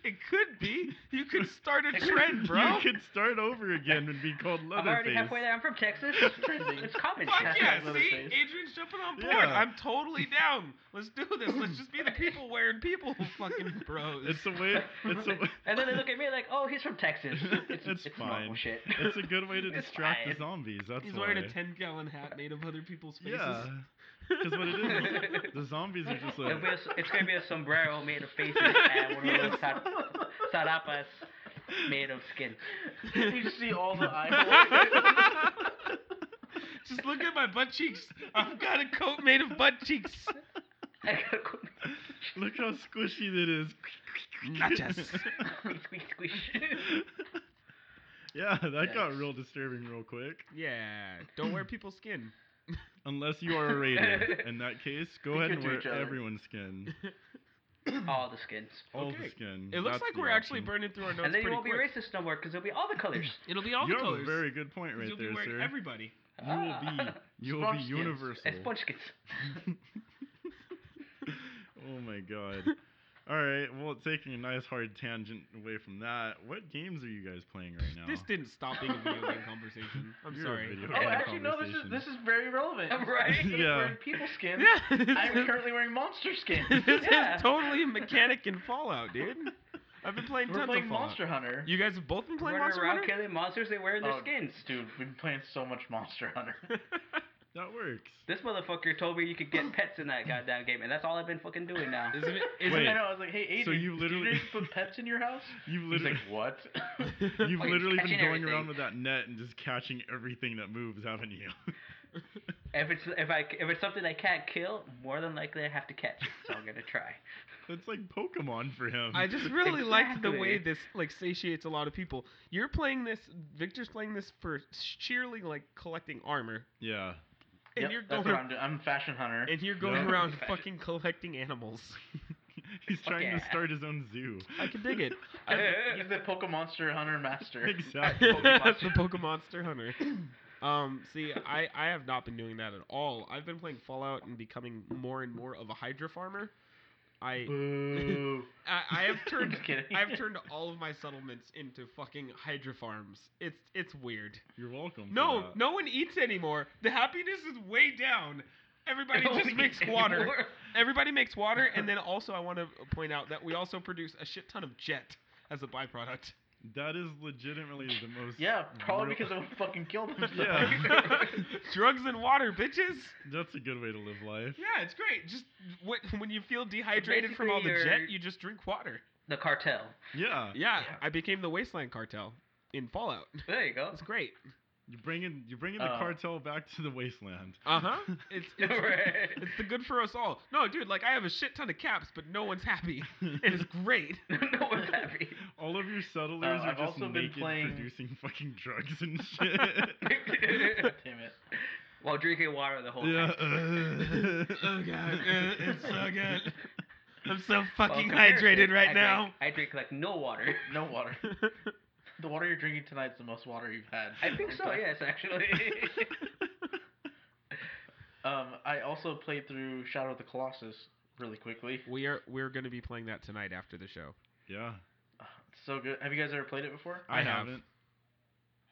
Speaker 3: it could be. You could start a trend, bro.
Speaker 4: You could start over again and be called
Speaker 5: I'm already
Speaker 4: Leatherface.
Speaker 5: halfway there. I'm from Texas.
Speaker 2: Trending.
Speaker 5: It's common.
Speaker 3: Fuck yeah,
Speaker 2: Hashtag
Speaker 3: see?
Speaker 2: Leatherface.
Speaker 3: Adrian's jumping on board.
Speaker 4: Yeah.
Speaker 3: I'm totally down. Let's do this. Let's just be the people wearing people fucking bros.
Speaker 4: It's a way. It's a.
Speaker 5: And then they look at me like, oh, he's from Texas. It's,
Speaker 4: It's
Speaker 5: normal
Speaker 4: fine.
Speaker 5: shit.
Speaker 4: It's a good way to
Speaker 5: It's
Speaker 4: distract the
Speaker 5: fine.
Speaker 4: zombies. That's
Speaker 3: He's
Speaker 4: why.
Speaker 3: wearing a 10 gallon hat made of other people's faces.
Speaker 4: Yeah. Because what it is, is the zombies are just like.
Speaker 5: It'll be a s it's gonna be a sombrero made of faces and one of those sar- sarapas made of skin.
Speaker 2: you just see all the eyeballs.
Speaker 3: Just look at my butt cheeks. I've got a coat made of butt cheeks.
Speaker 4: Look how squishy that is.
Speaker 3: Nachos.
Speaker 5: squish, squish, squish.
Speaker 4: yeah, that got
Speaker 5: Yikes.
Speaker 4: real disturbing real quick.
Speaker 3: Yeah, don't wear people's skin.
Speaker 4: Unless you are a raider. In that case, go
Speaker 2: We
Speaker 4: ahead
Speaker 2: could
Speaker 4: and
Speaker 2: do
Speaker 4: wear
Speaker 2: each other.
Speaker 4: everyone's skin.
Speaker 5: All the skins.
Speaker 4: All
Speaker 3: Okay.
Speaker 4: the skin.
Speaker 3: It looks
Speaker 4: That's
Speaker 3: like
Speaker 4: the
Speaker 3: we're actually
Speaker 4: option.
Speaker 3: burning through our notes
Speaker 5: and then you
Speaker 3: pretty
Speaker 5: won't
Speaker 3: quick.
Speaker 5: be racist no more because it'll be all the colors.
Speaker 3: It'll be all
Speaker 4: You
Speaker 3: the
Speaker 4: have
Speaker 3: colors.
Speaker 4: a very good point
Speaker 3: 'cause
Speaker 4: right
Speaker 3: you'll be
Speaker 4: there,
Speaker 3: wearing
Speaker 4: sir.
Speaker 3: everybody.
Speaker 4: You will be. You will be
Speaker 2: Sponge skins.
Speaker 4: universal.
Speaker 5: And Ah, sponge skins.
Speaker 4: oh my god. All right. Well, taking a nice hard tangent away from that, what games are you guys playing right now?
Speaker 3: This didn't stop being a video game conversation. I'm
Speaker 4: You're a
Speaker 3: sorry.
Speaker 4: video
Speaker 2: oh,
Speaker 4: game
Speaker 2: actually, no. This is
Speaker 4: conversation.
Speaker 2: this is very relevant.
Speaker 5: Right?
Speaker 2: You're
Speaker 4: Yeah.
Speaker 2: Wearing people skin.
Speaker 3: Yeah.
Speaker 2: I'm currently wearing monster skin.
Speaker 3: this
Speaker 5: Yeah.
Speaker 3: is totally mechanic in Fallout, dude. I've been playing
Speaker 2: We're
Speaker 3: tons
Speaker 2: playing
Speaker 3: of Fallout.
Speaker 2: Monster Hunter.
Speaker 3: You guys have both been playing
Speaker 5: Running
Speaker 3: Monster
Speaker 5: around
Speaker 3: Hunter.
Speaker 5: killing monsters, they wear their
Speaker 2: Oh,
Speaker 5: skins.
Speaker 2: dude. We've been playing so much Monster Hunter.
Speaker 4: that works.
Speaker 5: This motherfucker told me you could get pets in that goddamn game, and that's all I've been fucking doing now.
Speaker 3: Isn't it? Isn't
Speaker 4: Wait.
Speaker 2: I
Speaker 3: it?
Speaker 2: know. I was like, hey, Adrian,
Speaker 4: So you literally-
Speaker 2: did you put pets in your house?
Speaker 4: You've
Speaker 2: He's like,
Speaker 4: literally,
Speaker 2: what?
Speaker 3: Oh,
Speaker 4: you've
Speaker 5: Fucking
Speaker 4: literally been
Speaker 5: catching
Speaker 4: going
Speaker 5: everything.
Speaker 4: around with that net and just catching everything that moves, haven't you?
Speaker 5: If it's if I if it's something I can't kill, more than likely I have to catch. it, So I'm gonna try.
Speaker 4: It's like Pokemon for him.
Speaker 3: I just really liked the way
Speaker 5: Exactly.
Speaker 3: this like satiates a lot of people. You're playing this. Victor's playing this for sheerly like collecting armor,
Speaker 4: yeah.
Speaker 3: and
Speaker 2: Yep,
Speaker 3: you're
Speaker 2: that's
Speaker 3: going
Speaker 2: what I'm doing. I'm a fashion hunter.
Speaker 3: and you're going
Speaker 4: Yeah.
Speaker 3: around fucking collecting animals.
Speaker 4: He's
Speaker 5: Fuck
Speaker 4: trying to
Speaker 5: yeah.
Speaker 4: start his own zoo.
Speaker 3: I can dig it.
Speaker 2: I'm the- he's the Pokemonster hunter master.
Speaker 4: Exactly.
Speaker 3: the Pokemonster Hunter. Um, see, I, I have not been doing that at all. I've been playing Fallout and becoming more and more of a Hydra farmer. I
Speaker 2: Boo.
Speaker 3: I, I have turned
Speaker 2: Just kidding.
Speaker 3: I've turned all of my settlements into fucking Hydra farms. It's it's weird.
Speaker 4: You're welcome. for
Speaker 3: No,
Speaker 4: that.
Speaker 3: no one eats anymore. The happiness is way down. Everybody
Speaker 5: Don't
Speaker 3: just
Speaker 5: eat
Speaker 3: makes water.
Speaker 5: anymore.
Speaker 3: Everybody makes water, and then also I want to point out that we also produce a shit ton of jet as a byproduct.
Speaker 4: That is legitimately the most.
Speaker 2: Yeah, probably
Speaker 4: real-
Speaker 2: because I would fucking kill them.
Speaker 4: Yeah.
Speaker 3: Drugs and water, bitches.
Speaker 4: That's a good way to live life.
Speaker 3: Yeah, it's great. Just wh- when you feel dehydrated from all the
Speaker 5: Basically,
Speaker 3: jet,
Speaker 5: you're-
Speaker 3: you just drink water.
Speaker 5: The cartel.
Speaker 4: Yeah.
Speaker 3: Yeah,
Speaker 5: Yeah.
Speaker 3: I became the Wasteland Cartel in Fallout.
Speaker 5: There you go.
Speaker 3: It's great.
Speaker 4: You're bringing you're bringing the
Speaker 2: Uh,
Speaker 4: cartel back to the wasteland.
Speaker 3: Uh
Speaker 5: Uh-huh.
Speaker 3: huh. It's it's,
Speaker 5: Right.
Speaker 3: it's the good for us all. No, dude, like I have a shit ton of caps, but no one's happy, and it's great.
Speaker 5: no one's happy.
Speaker 4: All of your settlers
Speaker 2: Uh,
Speaker 4: are
Speaker 2: I've
Speaker 4: just
Speaker 2: also been
Speaker 4: naked
Speaker 2: playing-
Speaker 4: producing fucking drugs and shit.
Speaker 2: God damn it.
Speaker 5: While drinking water the whole
Speaker 4: yeah.
Speaker 5: time.
Speaker 3: Oh god, uh, it's so good. I'm so
Speaker 5: Well,
Speaker 3: fucking
Speaker 5: compared to
Speaker 3: hydrated
Speaker 5: it,
Speaker 3: right
Speaker 5: I
Speaker 3: now.
Speaker 5: Drink, I drink like no water.
Speaker 2: No water. The water you're drinking tonight's the most water you've had.
Speaker 5: I think so. Yes, actually.
Speaker 2: Um, I also played through Shadow of the Colossus really quickly.
Speaker 3: we are we're gonna be playing that tonight after the show.
Speaker 4: yeah.
Speaker 2: Ugh, It's so good. Have you guys ever played it before?
Speaker 3: I
Speaker 4: I,
Speaker 3: have.
Speaker 4: haven't.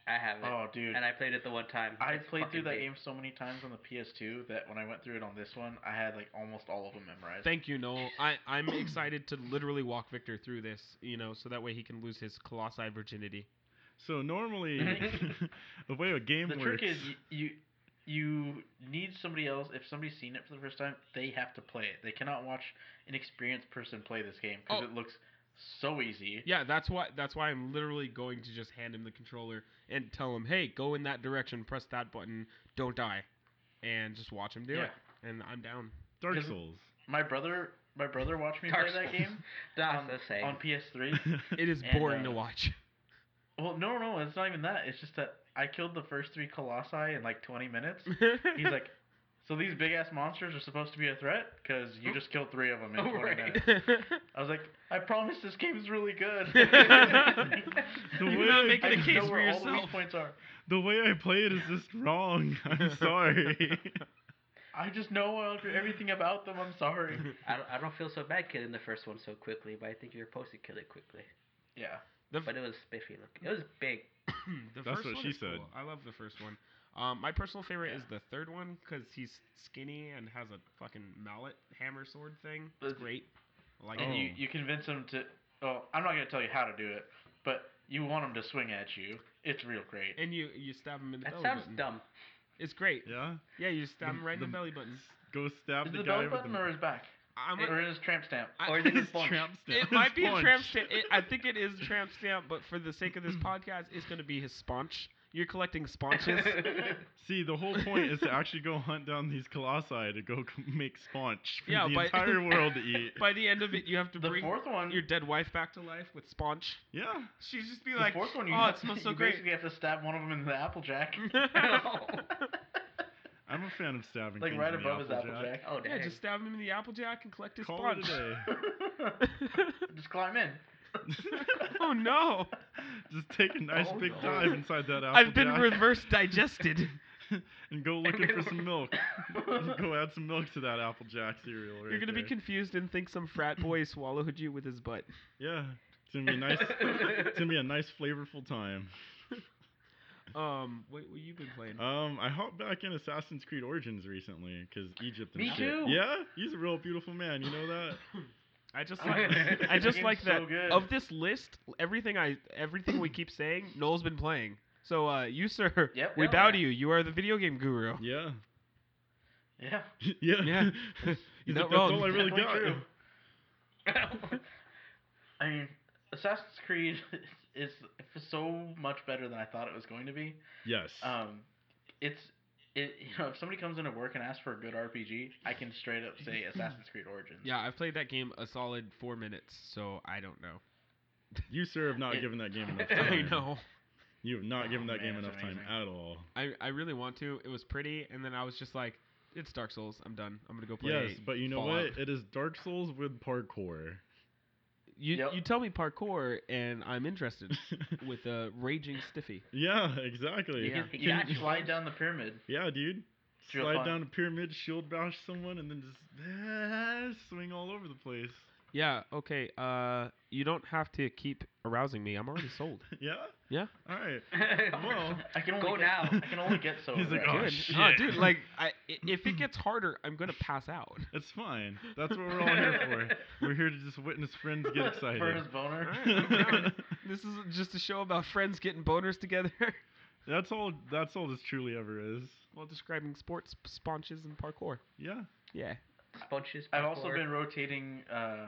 Speaker 5: I haven't.
Speaker 2: Oh, dude.
Speaker 5: And I played it the one time.
Speaker 2: I
Speaker 5: It's
Speaker 2: played through
Speaker 5: fucking
Speaker 2: that
Speaker 5: big.
Speaker 2: game so many times on the PS2 that when I went through it on this one, I had like almost all of them memorized.
Speaker 3: Thank you, Noel. I, I'm excited to literally walk Victor through this, you know, so that way he can lose his colossi virginity.
Speaker 4: So normally, the way a game
Speaker 2: the
Speaker 4: works.
Speaker 2: trick is y- you you need somebody else. If somebody's seen it for the first time, they have to play it. They cannot watch an experienced person play this game because
Speaker 3: Oh.
Speaker 2: it looks so easy.
Speaker 3: Yeah, that's why that's why I'm literally going to just hand him the controller and tell him, "Hey, go in that direction, press that button, don't die." And just watch him do
Speaker 2: Yeah.
Speaker 3: it. And I'm down.
Speaker 4: Dark
Speaker 2: Doesn't-
Speaker 4: Souls.
Speaker 2: My brother, my brother watched me
Speaker 5: Dark
Speaker 2: play that
Speaker 5: Souls.
Speaker 2: game
Speaker 5: That's
Speaker 2: on,
Speaker 5: the same.
Speaker 2: on PS3.
Speaker 3: It is
Speaker 2: And,
Speaker 3: boring
Speaker 2: uh,
Speaker 3: to watch.
Speaker 2: Well, no, no, it's not even that. It's just that I killed the first three colossi in like 20 minutes. He's like, so these big ass monsters are supposed to be a threat because you just killed three of them in
Speaker 5: Oh,
Speaker 2: 20
Speaker 5: right.
Speaker 2: minutes. I was like, I promise this game is really good.
Speaker 4: The
Speaker 3: You're
Speaker 4: way
Speaker 3: not
Speaker 4: I-
Speaker 3: making
Speaker 2: I
Speaker 3: a
Speaker 2: just
Speaker 3: case
Speaker 2: know
Speaker 3: for
Speaker 2: where all the
Speaker 3: yourself.
Speaker 2: weak points are.
Speaker 4: the way I play it is just wrong. I'm sorry.
Speaker 2: I just know all- everything about them. I'm sorry.
Speaker 5: I don't, I don't feel so bad killing the first one so quickly, but I think you're supposed to kill it quickly.
Speaker 2: Yeah.
Speaker 3: The,
Speaker 5: But it was spiffy looking. It was big.
Speaker 3: the
Speaker 4: That's
Speaker 3: first
Speaker 4: what
Speaker 3: one
Speaker 4: she
Speaker 3: is
Speaker 4: said.
Speaker 3: cool. I love the first one. Um, my personal favorite
Speaker 2: Yeah.
Speaker 3: is the third one because he's skinny and has a fucking mallet hammer sword thing.
Speaker 2: Uh,
Speaker 3: It's great. I like
Speaker 4: Oh.
Speaker 2: And
Speaker 3: it.
Speaker 2: you, you convince them to. Oh, I'm not going to tell you how to do it, but you want them to swing at you. It's real great.
Speaker 3: And you you stab him in the
Speaker 5: That
Speaker 3: belly
Speaker 5: sounds
Speaker 3: button.
Speaker 5: dumb.
Speaker 3: It's great.
Speaker 4: yeah.
Speaker 3: Yeah, you just stab
Speaker 4: The-
Speaker 3: him right in
Speaker 4: the-
Speaker 3: the belly button.
Speaker 4: Go stab
Speaker 2: Is
Speaker 4: the
Speaker 2: it the
Speaker 4: guy
Speaker 2: belly
Speaker 4: with
Speaker 2: button
Speaker 4: the
Speaker 2: or his back?
Speaker 3: I'm
Speaker 2: or his tramp stamp?
Speaker 3: I-
Speaker 5: Or is it
Speaker 4: His
Speaker 5: his bunch?
Speaker 4: tramp
Speaker 3: it
Speaker 4: stamp.
Speaker 3: might
Speaker 4: His
Speaker 3: be a tramp
Speaker 4: punch.
Speaker 3: stamp. It, I think it is tramp stamp, but for the sake of this podcast, it's gonna be his sponge. You're collecting sponges.
Speaker 4: See, the whole point is to actually go hunt down these colossi to go c- make sponge for
Speaker 3: Yeah,
Speaker 4: the
Speaker 3: by-
Speaker 4: entire world to eat.
Speaker 3: By the end of it, you have to
Speaker 2: The
Speaker 3: bring
Speaker 2: fourth one.
Speaker 3: your dead wife back to life with sponge.
Speaker 4: Yeah.
Speaker 3: She'd just be
Speaker 2: the
Speaker 3: like,
Speaker 2: fourth one, you
Speaker 3: "Oh,
Speaker 2: have,
Speaker 3: it smells so
Speaker 2: you
Speaker 3: great."
Speaker 2: basically have to stab one of them in the applejack.
Speaker 4: I'm a fan of stabbing
Speaker 2: like
Speaker 4: things
Speaker 2: right
Speaker 4: in the
Speaker 2: above his
Speaker 4: Applejack.
Speaker 2: applejack.
Speaker 5: oh, dang.
Speaker 3: yeah, just stab him in the applejack and collect his
Speaker 4: Call
Speaker 3: sponge.
Speaker 4: it a day.
Speaker 2: Just climb in.
Speaker 3: oh no!
Speaker 4: Just take a nice
Speaker 2: Oh,
Speaker 4: big
Speaker 2: no.
Speaker 4: dive inside that Applejack.
Speaker 3: I've been reverse digested.
Speaker 4: and go looking for some milk. go add some milk to that Applejack cereal. Right
Speaker 3: You're gonna be
Speaker 4: there.
Speaker 3: confused and think some frat boy swallowed you with his butt.
Speaker 4: yeah. It's gonna be nice. it's gonna be a nice flavorful time.
Speaker 3: Um, what what you been playing?
Speaker 2: Uh,
Speaker 4: Um, I hopped back in Assassin's Creed Origins recently because Egypt and
Speaker 5: Me
Speaker 4: shit.
Speaker 5: too.
Speaker 4: Yeah, he's a real beautiful man. You know that.
Speaker 3: I just
Speaker 2: I-
Speaker 3: like I
Speaker 2: the
Speaker 3: just
Speaker 2: game's
Speaker 3: like that
Speaker 2: so good.
Speaker 3: of this list. Everything I everything we keep saying, Noel's been playing. So uh, you sir,
Speaker 2: Yep.
Speaker 3: we
Speaker 2: Yeah.
Speaker 3: bow to you. You are the video game guru.
Speaker 4: Yeah.
Speaker 2: Yeah.
Speaker 4: yeah.
Speaker 3: Yeah.
Speaker 4: He's
Speaker 3: You're not
Speaker 4: like, That's
Speaker 3: wrong.
Speaker 4: all I really got.
Speaker 2: Definitely true. I mean, Assassin's Creed is so much better than I thought it was going to be.
Speaker 4: Yes.
Speaker 2: Um, it's it, you know, if somebody comes into work and asks for a good RPG, I can straight up say Assassin's Creed Origins.
Speaker 3: Yeah, I've played that game a solid four minutes, so I don't know. Um,
Speaker 4: You, sir, have not
Speaker 2: It-
Speaker 4: given that game enough time.
Speaker 3: I know.
Speaker 4: You have not
Speaker 2: Oh,
Speaker 4: given that
Speaker 2: man,
Speaker 4: game
Speaker 2: it's
Speaker 4: enough time
Speaker 2: amazing.
Speaker 4: at all.
Speaker 3: I, I really want to. It was pretty, and then I was just like, it's Dark Souls. I'm done. I'm gonna go play.
Speaker 4: Yes, but you know
Speaker 3: Fallout.
Speaker 4: what? It is Dark Souls with parkour.
Speaker 3: You
Speaker 2: Yep.
Speaker 3: you tell me parkour, and I'm interested with a raging stiffy.
Speaker 4: yeah, exactly.
Speaker 3: Yeah.
Speaker 4: Yeah,
Speaker 2: You,
Speaker 5: He
Speaker 2: you
Speaker 5: got
Speaker 2: can
Speaker 5: you.
Speaker 2: slide down the pyramid.
Speaker 4: dude.
Speaker 2: Drill
Speaker 4: Slide
Speaker 2: fire.
Speaker 4: down a pyramid, shield bash someone, and then just ah, swing all over the place.
Speaker 3: Yeah. Okay. Uh, you don't have to keep arousing me. I'm already sold.
Speaker 4: Yeah.
Speaker 3: Yeah.
Speaker 4: All right.
Speaker 5: well,
Speaker 2: I can only
Speaker 5: Go
Speaker 2: get,
Speaker 5: now.
Speaker 2: I can only get so.
Speaker 4: He's like,
Speaker 2: erect.
Speaker 4: Oh,
Speaker 3: Good.
Speaker 4: shit.
Speaker 3: Ah, dude, like, I, i- if it gets harder, I'm gonna pass out.
Speaker 4: It's fine. That's what we're all here for. We're here to just witness friends "Oh, get excited.
Speaker 2: For his boner.
Speaker 3: Alright, I'm down. This is just a show about friends getting boners together
Speaker 4: That's all. That's all this truly ever is.
Speaker 3: while describing sports, sponges, and parkour.
Speaker 4: Yeah.
Speaker 3: Yeah.
Speaker 5: sponges.
Speaker 2: I've also
Speaker 5: parkour,
Speaker 2: been rotating uh,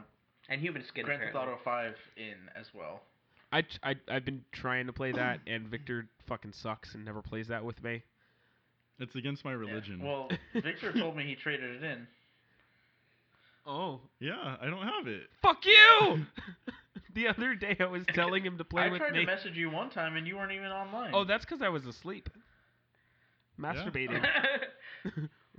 Speaker 5: and human skin.
Speaker 2: Grand Theft
Speaker 5: apparently.
Speaker 2: Auto Five in as well.
Speaker 3: I, t- I, I've been trying to play that, and Victor fucking sucks and never plays that with me.
Speaker 4: It's against my
Speaker 2: Yeah.
Speaker 4: religion. Yeah.
Speaker 2: Well, Victor told me he traded it in.
Speaker 3: Oh.
Speaker 4: I don't have it.
Speaker 3: Fuck you! the other day I was telling him to play
Speaker 2: I
Speaker 3: with
Speaker 2: tried
Speaker 3: me.
Speaker 2: to message you one time and you weren't even online.
Speaker 3: oh, that's because I was asleep. Masturbating.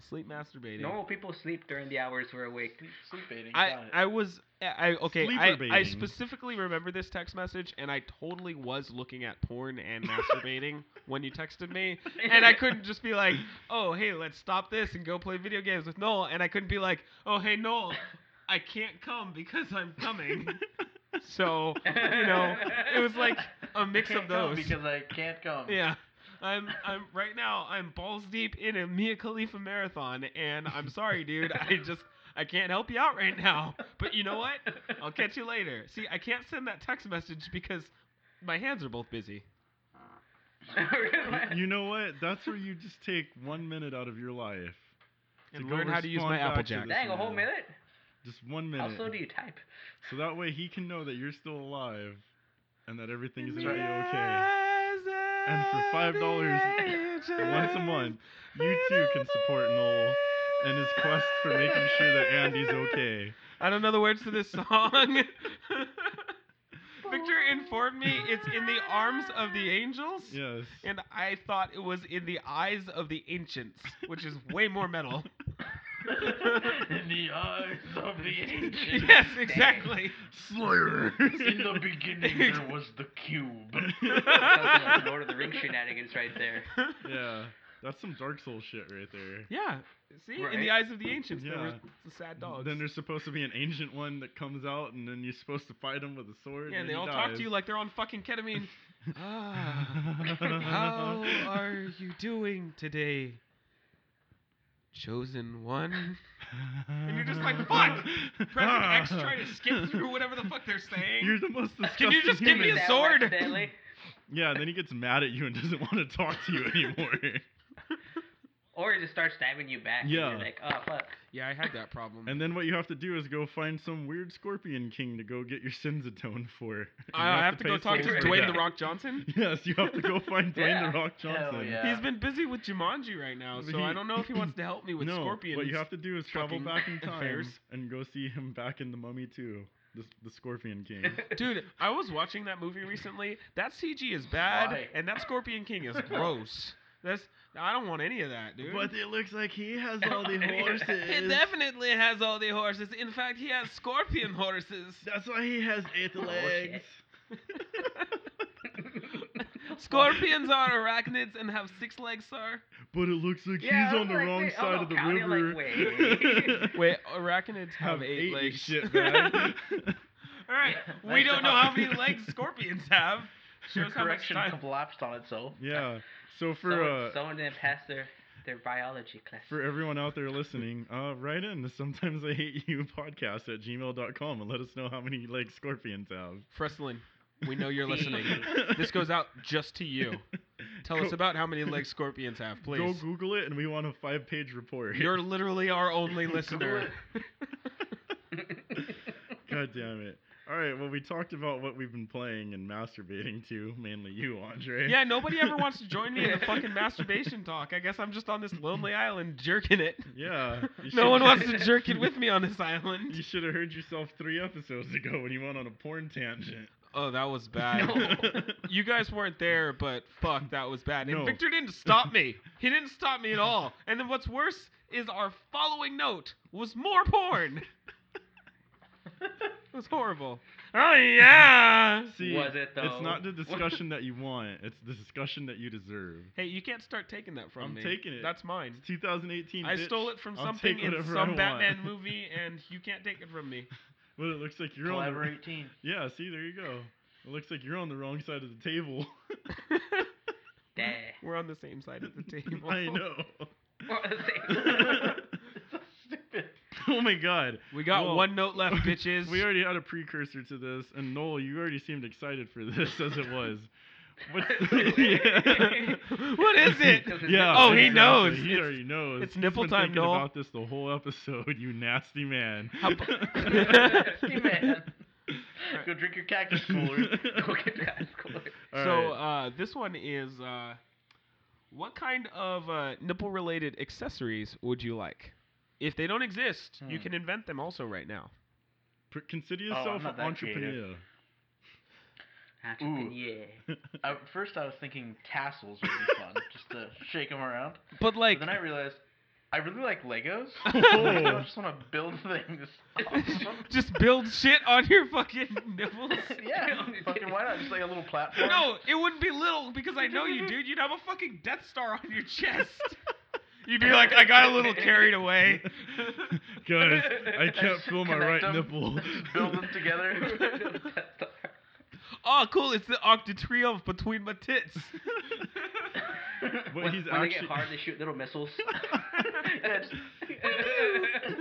Speaker 3: Asleep masturbating.
Speaker 5: Normal people sleep during the hours we're awake.
Speaker 2: sleep, sleep baiting.
Speaker 3: I,
Speaker 2: got it.
Speaker 3: I was I okay I,
Speaker 4: Sleeper
Speaker 3: I
Speaker 4: baiting.
Speaker 3: specifically remember this text message and I totally was looking at porn and masturbating when you texted me and I couldn't just be like oh hey let's stop this and go play video games with Noel and I couldn't be like oh hey Noel I can't come because I'm coming so you know it was like a mix
Speaker 2: I
Speaker 3: of
Speaker 2: can't come
Speaker 3: those
Speaker 2: because I can't come.
Speaker 3: yeah I'm I'm right now I'm balls deep in a Mia Khalifa marathon and I'm sorry dude I just I can't help you out right now but you know what I'll catch you later. See, I can't send that text message because my hands are both busy.
Speaker 4: You know what? That's where you just take one minute out of your life.
Speaker 3: And
Speaker 4: go
Speaker 3: learn how to use my
Speaker 4: respond back
Speaker 3: Apple
Speaker 4: to
Speaker 3: Jack.
Speaker 4: this
Speaker 5: Dang, a whole
Speaker 4: man.
Speaker 5: minute?
Speaker 4: Just one
Speaker 5: How
Speaker 4: minute.
Speaker 5: slow do you type?
Speaker 4: So that way he can know that you're still alive and that everything is
Speaker 3: In
Speaker 4: going
Speaker 3: the
Speaker 4: to be okay. And for
Speaker 3: eyes of
Speaker 4: $5
Speaker 3: the
Speaker 4: Once a
Speaker 3: ages,
Speaker 4: month, you too can support Noel and his quest for making sure that Andy's okay.
Speaker 3: I don't know the words to this song. Victor informed me it's in the arms of the angels.
Speaker 4: Yes.
Speaker 3: And I thought it was in the eyes of the ancients, which is way more metal.
Speaker 2: in the eyes of the ancients.
Speaker 3: yes, exactly.
Speaker 4: Slayer.
Speaker 2: In the beginning, there was the cube.
Speaker 5: Something like Lord of the Rings shenanigans right there.
Speaker 4: yeah. That's some Dark Souls shit right there.
Speaker 3: Yeah. See, in
Speaker 5: Right?
Speaker 3: the eyes of the ancients, there were
Speaker 4: Yeah.
Speaker 3: s- sad dogs.
Speaker 4: Then there's supposed to be an ancient one that comes out, and then you're supposed to fight him with a sword.
Speaker 3: yeah, and
Speaker 4: and
Speaker 3: they
Speaker 4: then
Speaker 3: all
Speaker 4: he
Speaker 3: talk
Speaker 4: dies.
Speaker 3: to you like they're on fucking ketamine. ah, how are you doing today, chosen one?
Speaker 4: And
Speaker 3: you're just like, "Fuck!" Pressing X, trying to skip through whatever the fuck they're saying.
Speaker 4: You're the most disgusting
Speaker 3: Can you just give me
Speaker 4: human.
Speaker 3: a
Speaker 5: Down
Speaker 3: sword?
Speaker 5: accidentally.
Speaker 4: Yeah, and then he gets mad at you and doesn't want to talk to you anymore.
Speaker 5: Or it just starts stabbing you back.
Speaker 4: Yeah.
Speaker 5: And you're like, oh, fuck.
Speaker 3: yeah, I had that problem.
Speaker 4: and then what you have to do is go find some weird scorpion king to go get your sins atoned for. And you
Speaker 3: I I have to
Speaker 4: pay
Speaker 3: go talk to
Speaker 4: someone for
Speaker 3: Dwayne
Speaker 4: that.
Speaker 3: the Rock Johnson.
Speaker 4: Yes, you have to go find Dwayne
Speaker 5: Yeah.
Speaker 4: the Rock
Speaker 2: Hell
Speaker 4: Johnson.
Speaker 2: yeah.
Speaker 3: He's been busy with Jumanji right now, so I
Speaker 4: He-
Speaker 3: don't know if he wants to help me with
Speaker 4: no,
Speaker 3: scorpions.
Speaker 4: what you have to do is travel
Speaker 3: fucking
Speaker 4: back in time
Speaker 3: affairs.
Speaker 4: and go see him back in the Mummy too. The, the Scorpion King.
Speaker 3: Dude, I was watching that movie recently. That CG is bad,
Speaker 2: Why?
Speaker 3: and that Scorpion King is gross. That's I don't want any of that, dude.
Speaker 4: but it looks like he has all
Speaker 5: all the
Speaker 4: the horses.
Speaker 3: it definitely has all the horses. In fact, he has scorpion horses.
Speaker 4: That's why he has
Speaker 3: Oh,
Speaker 4: eight legs.
Speaker 5: legs.
Speaker 3: Scorpions are arachnids and have six legs, sir.
Speaker 4: But it looks like
Speaker 5: Yeah,
Speaker 4: he's
Speaker 5: I
Speaker 4: on the
Speaker 5: was like,
Speaker 4: wrong
Speaker 5: wait,
Speaker 4: side
Speaker 5: oh,
Speaker 4: of the
Speaker 5: no, Kanye, like,
Speaker 4: river.
Speaker 5: wait.
Speaker 3: Wait, arachnids have,
Speaker 4: Have
Speaker 3: eight,
Speaker 4: eight, you
Speaker 3: legs.
Speaker 4: shit, man.
Speaker 3: all right, we
Speaker 2: Nice
Speaker 3: don't know
Speaker 2: job.
Speaker 3: how many legs scorpions have.
Speaker 2: Your
Speaker 3: Shows how much
Speaker 2: correction
Speaker 3: time.
Speaker 2: collapsed on itself.
Speaker 4: yeah. So for
Speaker 5: someone,
Speaker 4: uh,
Speaker 5: someone didn't pass their, their biology class.
Speaker 4: for everyone out there listening, uh, write in to sometimes I hate you podcast at gmail.com and let us know how many legs scorpions have.
Speaker 3: Frestlin, we know you're listening. this goes out just to you. Tell us
Speaker 4: Go-
Speaker 3: about how many legs scorpions have, please.
Speaker 4: Go Google it, and we want a five-page report.
Speaker 3: You're literally our only
Speaker 4: Google
Speaker 3: listener.
Speaker 4: it. God damn it! All right. Well, we talked about what we've been playing and masturbating to, mainly you, Andre.
Speaker 3: Yeah, nobody ever wants to join me in the fucking masturbation talk. I guess I'm just on this lonely island jerking it.
Speaker 4: Yeah. you
Speaker 3: No
Speaker 4: should-
Speaker 3: one wants to jerk it with me on this island.
Speaker 4: You should have heard yourself three episodes ago when you went on a porn tangent.
Speaker 3: Oh, that was bad. You guys weren't there, but fuck, that was bad. And
Speaker 4: No.
Speaker 3: Victor didn't stop me. He didn't stop me at all. And then what's worse is our following note was more porn. it was horrible. Oh yeah.
Speaker 4: See,
Speaker 5: Was it, though?
Speaker 4: It's not the discussion that you want. It's the discussion that you deserve.
Speaker 3: Hey, you can't start taking that from
Speaker 4: I'm
Speaker 3: me.
Speaker 4: taking it.
Speaker 3: That's mine.
Speaker 4: It's 2018.
Speaker 3: I
Speaker 4: bitch.
Speaker 3: stole it from
Speaker 4: I'll
Speaker 3: something
Speaker 4: take
Speaker 3: in
Speaker 4: whatever I
Speaker 3: some
Speaker 4: want.
Speaker 3: Batman movie, and you can't take it from me.
Speaker 4: Well, it looks like you're on.
Speaker 2: Clever
Speaker 4: The,
Speaker 2: 18.
Speaker 4: yeah. See, there you go. It looks like you're on the wrong side of the table.
Speaker 5: Damn.
Speaker 3: We're on the same side of the table.
Speaker 4: I know.
Speaker 5: so stupid.
Speaker 4: oh my god.
Speaker 3: We got
Speaker 4: Well,
Speaker 3: one note left, bitches.
Speaker 4: We already had a precursor to this, and Noel, you already seemed excited for this as it was. What's yeah.
Speaker 3: what is it?
Speaker 5: Because it's
Speaker 4: Yeah.
Speaker 5: nipple
Speaker 3: Oh, he
Speaker 5: time.
Speaker 3: knows.
Speaker 4: He
Speaker 3: It's-
Speaker 4: already knows.
Speaker 3: it's nipple
Speaker 4: He's been
Speaker 3: time,
Speaker 4: thinking
Speaker 3: Noel.
Speaker 4: About this the whole episode, you nasty man.
Speaker 3: How bu-
Speaker 5: Nasty man. Go drink your cactus cooler. Go get your cactus cooler.
Speaker 4: All
Speaker 3: so
Speaker 4: right.
Speaker 3: uh, this one is uh, what kind of uh, nipple-related accessories would you like? If they don't exist, you
Speaker 2: Hmm.
Speaker 3: can invent them also right now.
Speaker 4: Pr- consider
Speaker 2: Oh, I'm
Speaker 4: yourself
Speaker 2: not
Speaker 4: an
Speaker 2: that creative.
Speaker 4: entrepreneur.
Speaker 5: Entrepreneur.
Speaker 2: I, first, I was thinking tassels would be fun, just to shake them around.
Speaker 3: But like,
Speaker 2: But then I realized I really like Legos.
Speaker 4: Oh.
Speaker 2: I just want to build things. off of 'em.
Speaker 3: just build shit on your fucking nipples.
Speaker 2: yeah, fucking why not? Just like a little platform.
Speaker 3: No, it wouldn't be little because I know you, dude. You'd have a fucking Death Star on your chest. You'd be like, I got a little carried away.
Speaker 4: Guys, I can't
Speaker 2: just
Speaker 4: feel my right
Speaker 2: connect 'em,
Speaker 4: nipple.
Speaker 2: just build them together.
Speaker 3: Oh, cool! It's the octatrium between my tits.
Speaker 4: But
Speaker 5: when
Speaker 4: he's
Speaker 5: when they get
Speaker 4: actually-
Speaker 5: hard, they shoot little missiles.
Speaker 2: Yeah, just,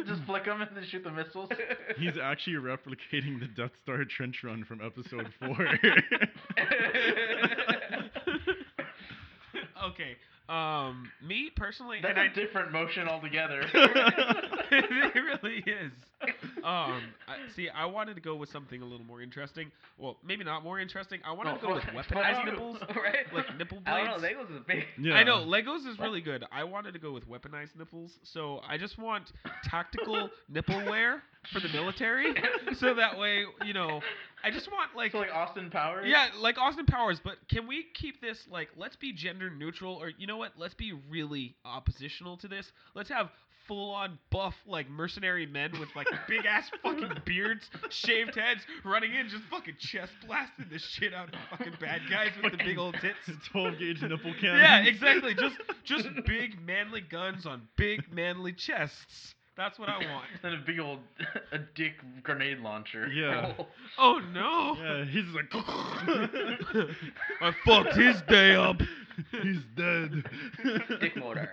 Speaker 2: just flick them and then shoot the missiles.
Speaker 4: He's actually replicating the Death Star trench run from episode four.
Speaker 3: okay. Um, me personally,
Speaker 2: That's
Speaker 3: and I
Speaker 2: a different motion altogether.
Speaker 3: it really is. Um, I, see, I wanted to go with something a little more interesting. Well, maybe not more interesting. I wanted to go with
Speaker 5: um,
Speaker 3: weaponized nipples,
Speaker 5: right?
Speaker 3: like nipple blades.
Speaker 5: I don't know. Legos is big.
Speaker 4: yeah.
Speaker 3: I know Legos is really good. I wanted to go with weaponized nipples, so I just want tactical nipple wear for the military. So that way, you know, I just want like,
Speaker 2: so like Austin Powers.
Speaker 3: yeah, like Austin Powers. But can we keep this like let's be gender neutral, or you know what? Let's be really oppositional to this. Let's have full on buff like mercenary men with like big ass fucking beards, shaved heads, running in just fucking chest blasting the shit out of fucking bad guys with the big old tits.
Speaker 4: 12 gauge nipple cannon.
Speaker 3: Yeah, exactly. Just just big manly guns on big manly chests. That's what I want.
Speaker 2: And a big old a dick grenade launcher.
Speaker 4: Yeah.
Speaker 3: Oh no!
Speaker 4: Yeah, he's like.
Speaker 3: I fucked his day up.
Speaker 4: he's dead.
Speaker 5: Dick motor.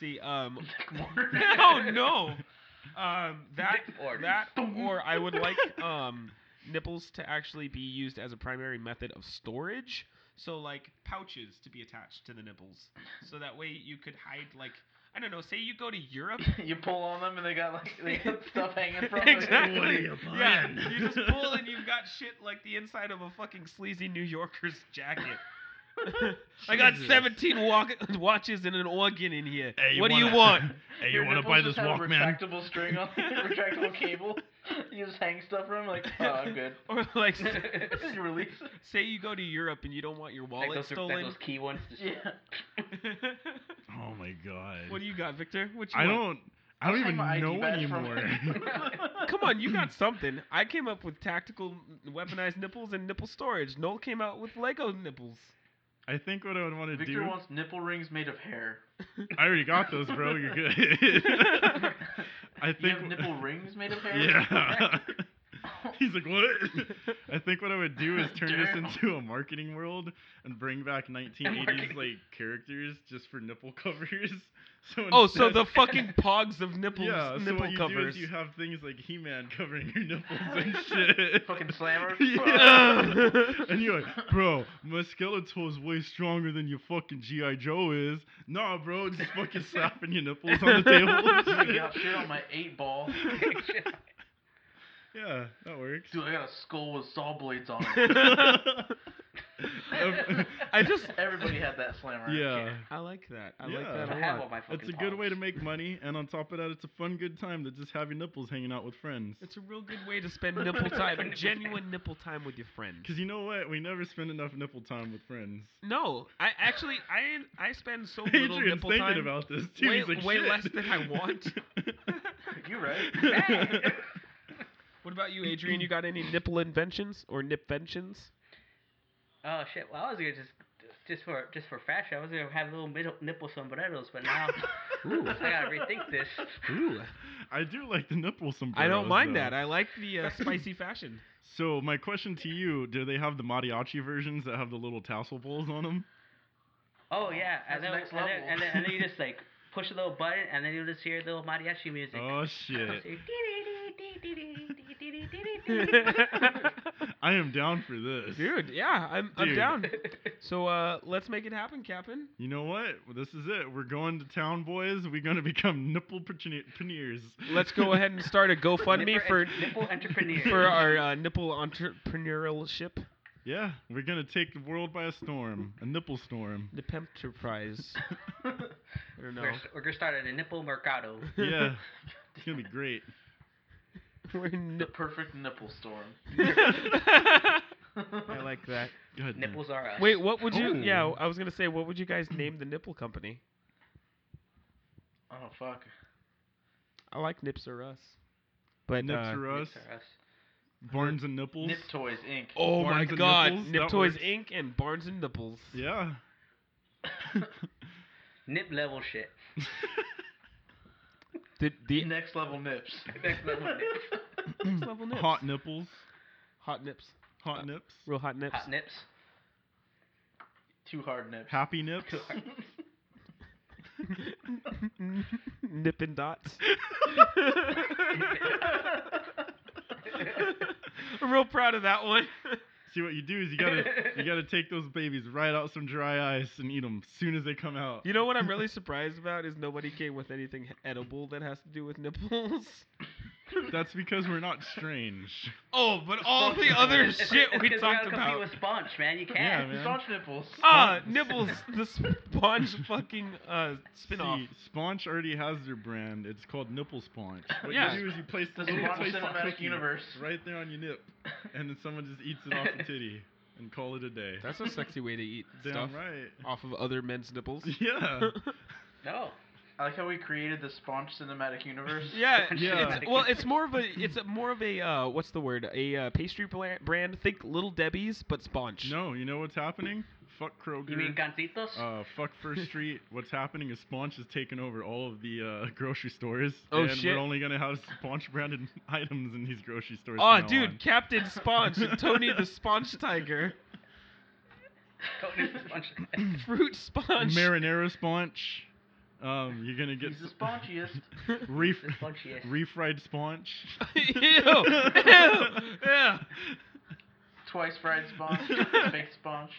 Speaker 3: See, um,
Speaker 5: Dick motor.
Speaker 3: oh no, um, that
Speaker 5: Dick order.
Speaker 3: that or I would like um nipples to actually be used as a primary method of storage. So like pouches to be attached to the nipples, so that way you could hide like I don't know. Say you go to Europe
Speaker 2: You pull on them and they got like they got stuff hanging from
Speaker 3: exactly.
Speaker 4: What are you
Speaker 3: yeah,
Speaker 4: buying?
Speaker 3: you just pull and you've got shit like the inside of a fucking sleazy New Yorker's jacket. I got
Speaker 4: Jesus.
Speaker 3: 17 walk- watches and an organ in here.
Speaker 4: Hey,
Speaker 3: what do you
Speaker 4: wanna-
Speaker 3: want?
Speaker 4: Hey, you want to buy this Walkman?
Speaker 2: Retractable string on retractable cable. You just hang stuff from 'em, like, oh, I'm good.
Speaker 3: Or like, s-
Speaker 2: you release it.
Speaker 3: say you go to Europe and you don't want your
Speaker 5: Like
Speaker 3: wallet
Speaker 5: those, like
Speaker 3: stolen.
Speaker 5: those key ones. Just
Speaker 2: Yeah.
Speaker 4: Oh my god.
Speaker 3: what do you got, Victor? What you
Speaker 4: I
Speaker 3: want?
Speaker 4: don't. I don't
Speaker 2: Hang
Speaker 4: even
Speaker 2: my ID
Speaker 4: know
Speaker 2: badge from-
Speaker 4: anymore.
Speaker 3: Come on, you got something. I came up with tactical n- weaponized nipples and nipple storage. Noel came out with Lego nipples.
Speaker 4: I think what I would want to
Speaker 2: Victor
Speaker 4: do.
Speaker 2: wants nipple rings made of hair.
Speaker 4: I already got those, bro. You're good. I
Speaker 2: You
Speaker 4: think.
Speaker 2: have nipple rings made of hair?
Speaker 4: Yeah. He's like, what? I think what I would do is turn this
Speaker 2: Damn.
Speaker 4: into a marketing world and bring back 1980s like characters just for nipple covers. So
Speaker 3: Oh, so
Speaker 4: instead-
Speaker 3: the fucking pogs of nipples,
Speaker 4: yeah, so
Speaker 3: nipple
Speaker 4: what you
Speaker 3: covers.
Speaker 4: do is you have things like He-Man covering your nipples and shit.
Speaker 2: Fucking slammer.
Speaker 4: Yeah. and you're like, bro, my Skeletor's way stronger than your fucking GI Joe is. Nah, bro, just fucking slapping your nipples on the table.
Speaker 2: I
Speaker 4: and
Speaker 2: got
Speaker 4: shit.
Speaker 2: shit on my eight ball.
Speaker 4: Yeah, that works.
Speaker 2: Dude, I got a skull with saw blades on it.
Speaker 4: Um,
Speaker 3: I just
Speaker 2: Everybody had that slammer.
Speaker 4: yeah.
Speaker 3: I like that. I
Speaker 4: Yeah.
Speaker 3: like
Speaker 5: I
Speaker 3: that
Speaker 5: have
Speaker 3: a
Speaker 5: all
Speaker 3: lot.
Speaker 5: my
Speaker 4: It's
Speaker 5: fucking
Speaker 4: a good way to
Speaker 5: problems.
Speaker 4: make money, and on top of that, it's a fun, good time to just have your nipples hanging out with friends.
Speaker 3: It's a real good way to spend nipple time, genuine nipple time with your friends.
Speaker 4: Because you know what? We never spend enough nipple time with friends.
Speaker 3: No, I actually I I spend so little
Speaker 4: Adrian's
Speaker 3: nipple
Speaker 4: thinking
Speaker 3: time.
Speaker 4: about this too.
Speaker 3: way-
Speaker 4: He's like,
Speaker 3: way
Speaker 4: "Shit."
Speaker 3: less than I want.
Speaker 2: You're right.
Speaker 5: Hey!
Speaker 3: What about you, Adrian? You got any nipple inventions or nipventions?
Speaker 5: Oh shit! Well, I was gonna just just for just for fashion, I was gonna have little middle nipple sombreros, but now
Speaker 3: Ooh.
Speaker 5: I gotta rethink this.
Speaker 3: Ooh,
Speaker 4: I do like the nipple sombreros.
Speaker 3: I don't mind
Speaker 4: though.
Speaker 3: that. I like the uh, spicy fashion.
Speaker 4: So my question to you: Do they have the mariachi versions that have the little tassel balls on them?
Speaker 5: Oh yeah, and then,
Speaker 2: That's
Speaker 5: and, then,
Speaker 2: next
Speaker 5: and then and then you just like push a little button, and then you just hear little mariachi music.
Speaker 4: Oh shit!
Speaker 5: Say,
Speaker 4: I am down for this,
Speaker 3: Dude, yeah, I'm I'm
Speaker 4: Dude.
Speaker 3: down. So uh, let's make it happen, Captain.
Speaker 4: You know what? This is it. We're going to town, boys. We're gonna become nipple paneers.
Speaker 3: Let's go ahead and start a GoFundMe
Speaker 5: Nipper
Speaker 3: for
Speaker 5: en- nipple entrepreneur.
Speaker 3: for our uh, nipple entrepreneurship,
Speaker 4: yeah, we're gonna take the world by a storm, a nipple storm.
Speaker 3: the Pempterprise. I don't know.
Speaker 5: We're, we're gonna start at a nipple mercado.
Speaker 3: Mm-hmm.
Speaker 4: Yeah, it's gonna be great.
Speaker 3: We're
Speaker 2: The
Speaker 3: nip-
Speaker 2: perfect nipple storm.
Speaker 3: I like that.
Speaker 4: Goodness.
Speaker 5: Nipples are us.
Speaker 3: Wait, what would you?
Speaker 4: Ooh.
Speaker 3: Yeah, I was gonna say, what would you guys name the nipple company?
Speaker 2: Oh fuck.
Speaker 3: I like Nips or Us, but
Speaker 4: Nips
Speaker 3: uh,
Speaker 4: are us.
Speaker 5: Nips are us.
Speaker 4: Barnes and nipples.
Speaker 2: Nip Toys Inc.
Speaker 3: Oh
Speaker 4: Barnes
Speaker 3: my
Speaker 4: and
Speaker 3: God,
Speaker 4: Nipples,
Speaker 3: Nip
Speaker 4: that
Speaker 3: Toys
Speaker 4: works.
Speaker 3: Inc. and Barnes and Nipples.
Speaker 4: Yeah.
Speaker 5: Nip level shit.
Speaker 3: The the
Speaker 2: Next level nips.
Speaker 5: Next level nips.
Speaker 3: next level nips.
Speaker 4: Hot nipples.
Speaker 3: Hot nips,
Speaker 4: Hot nips.
Speaker 3: real hot nips.
Speaker 5: Hot nips.
Speaker 2: Too hard nips.
Speaker 4: Happy nips.
Speaker 3: Nip and dots. I'm real proud of that one.
Speaker 4: See what you do is you gotta you gotta take those babies right out some dry ice and eat them soon as they come out.
Speaker 3: You know what I'm really surprised about is nobody came with anything edible that has to do with nipples.
Speaker 4: That's because we're not strange.
Speaker 3: Oh, but all the other
Speaker 5: It's-
Speaker 3: shit
Speaker 5: it's
Speaker 3: we
Speaker 5: 'cause
Speaker 3: talked
Speaker 5: gotta compete
Speaker 3: about.
Speaker 5: with sponge, man. You can't.
Speaker 4: Yeah, man.
Speaker 2: Sponge nipples.
Speaker 3: Ah, nipples, the sponge fucking uh spin-off.
Speaker 4: See, Sponge already has their brand. It's called Nipple Sponge. What
Speaker 3: Yeah.
Speaker 4: you do is you place the
Speaker 2: The
Speaker 4: little
Speaker 2: Sponge
Speaker 4: place of
Speaker 2: Cinematic
Speaker 4: cookie
Speaker 2: Universe.
Speaker 4: right there on your nip, and then someone just eats it off the titty and call it a day.
Speaker 3: That's a sexy way to eat
Speaker 4: Damn
Speaker 3: stuff
Speaker 4: right.
Speaker 3: off of other men's nipples.
Speaker 4: Yeah.
Speaker 5: No.
Speaker 2: I like how we created the Sponge Cinematic Universe.
Speaker 3: Yeah,
Speaker 4: Yeah.
Speaker 3: It's, well, it's more of a it's a, more of a uh, what's the word? A uh, pastry bla- brand. Think Little Debbie's, but sponge.
Speaker 4: no, you know what's happening? Fuck Kroger.
Speaker 5: You mean
Speaker 3: Mm.
Speaker 5: gancitos?
Speaker 3: Oh.
Speaker 4: uh, fuck First Street. What's happening is Sponge has taken over all of the uh, grocery stores.
Speaker 3: Oh,
Speaker 4: and
Speaker 3: shit.
Speaker 4: we're only gonna have Sponge branded items in these grocery stores.
Speaker 3: Oh,
Speaker 4: from now
Speaker 3: dude,
Speaker 4: on.
Speaker 3: Captain Sponge and Tony the Sponge Tiger,
Speaker 5: Tony the sponge.
Speaker 3: Fruit Sponge.
Speaker 4: Marinara Sponge. Um, you're gonna get
Speaker 2: He's the spongiest.
Speaker 4: Reef,
Speaker 5: The spongiest.
Speaker 4: refried sponge.
Speaker 3: ew, ew, ew.
Speaker 2: Twice fried sponge. Baked sponge.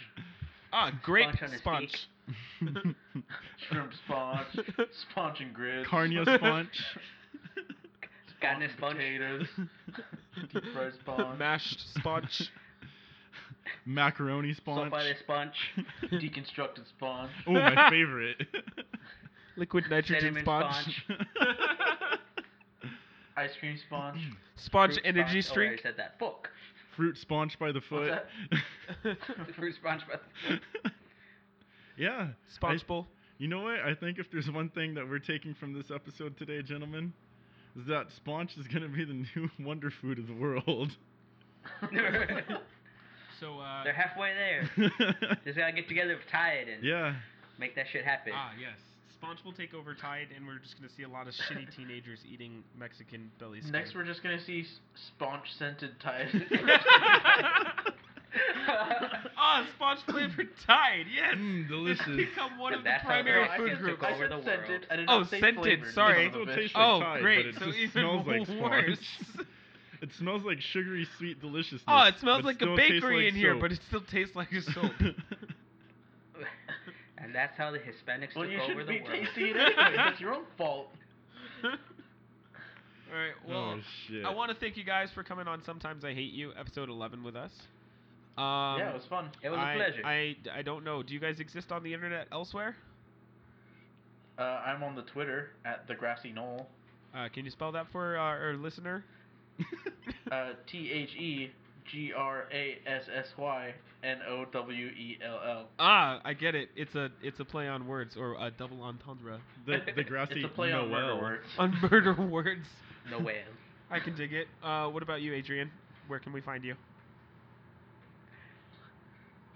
Speaker 3: Ah, grape
Speaker 5: Sponge on a
Speaker 3: sponge.
Speaker 5: stick.
Speaker 2: Shrimp sponge. Sponge and grits.
Speaker 4: Carnia sponge.
Speaker 5: Carne sponge.
Speaker 2: Potatoes. Deep fried sponge.
Speaker 3: Mashed sponge.
Speaker 4: Macaroni sponge.
Speaker 5: Sopa de sponge.
Speaker 2: Deconstructed sponge.
Speaker 4: Oh, my favorite.
Speaker 3: Liquid nitrogen
Speaker 5: Cinnamon
Speaker 3: sponge.
Speaker 2: Ice cream sponge.
Speaker 3: Sponge
Speaker 5: fruit
Speaker 3: energy
Speaker 5: sponge. Oh, I already
Speaker 3: drink.
Speaker 5: said that. Book.
Speaker 4: Fruit sponge by the foot.
Speaker 2: that?
Speaker 5: Fruit sponge. but-
Speaker 4: yeah.
Speaker 3: Sponge bowl.
Speaker 4: You know what? I think if there's one thing that we're taking from this episode today, gentlemen, is that sponge is going to be the new wonder food of the world.
Speaker 5: They're
Speaker 3: So uh,
Speaker 5: halfway there. Just gotta get together with Tide and
Speaker 4: yeah.
Speaker 5: make that shit happen.
Speaker 3: Ah, yes. Sponge will take over Tide, and we're just going to see a lot of shitty teenagers eating Mexican belly skin.
Speaker 2: Next, we're just gonna see s- sponge scented tide.
Speaker 3: Ah, sponge flavored Tide, yes!
Speaker 4: Mmm,
Speaker 3: It's
Speaker 4: delicious.
Speaker 3: become one of the
Speaker 5: That's how
Speaker 3: primary
Speaker 5: they're
Speaker 3: food
Speaker 5: acting.
Speaker 3: groups.
Speaker 2: Oh, I
Speaker 5: over
Speaker 2: said
Speaker 5: the
Speaker 2: scented.
Speaker 5: world.
Speaker 2: I did
Speaker 3: Oh,
Speaker 2: not say
Speaker 3: scented,
Speaker 2: flavored,
Speaker 3: sorry.
Speaker 2: you son of a
Speaker 4: It
Speaker 2: bitch.
Speaker 4: tastes like
Speaker 3: Oh,
Speaker 4: Tide, but
Speaker 3: great.
Speaker 4: it
Speaker 3: So
Speaker 4: just
Speaker 3: even
Speaker 4: smells like sponge.
Speaker 3: worse.
Speaker 4: It smells like sugary sweet deliciousness.
Speaker 3: Oh, it smells
Speaker 4: but
Speaker 3: like a
Speaker 4: still tastes
Speaker 3: bakery
Speaker 4: like
Speaker 3: in here,
Speaker 4: soap.
Speaker 3: but it still tastes like a soap.
Speaker 5: and that's how the Hispanics
Speaker 2: Well,
Speaker 5: took
Speaker 2: you
Speaker 5: over
Speaker 2: should
Speaker 5: the
Speaker 2: be
Speaker 5: world.
Speaker 2: tasty it anyway. It's your own fault.
Speaker 3: All right, well,
Speaker 4: Oh, shit.
Speaker 3: I want to thank you guys for coming on. Sometimes I hate you, episode eleven with us. Um,
Speaker 2: yeah, it was fun.
Speaker 5: It was a
Speaker 3: I-
Speaker 5: pleasure.
Speaker 3: I, I don't know. Do you guys exist on the internet elsewhere?
Speaker 2: Uh, I'm on the Twitter at the grassy knoll.
Speaker 3: Uh, can you spell that for our, our listener?
Speaker 2: Uh, T H E G R A S S Y N O W E L L.
Speaker 3: Ah, I get it. It's a it's a play on words or a double entendre
Speaker 4: the the grassy
Speaker 2: It's a play
Speaker 4: Noel.
Speaker 2: on murder words.
Speaker 3: on murder words.
Speaker 5: no way.
Speaker 3: I can dig it. Uh, what about you, Adrian? Where can we find you?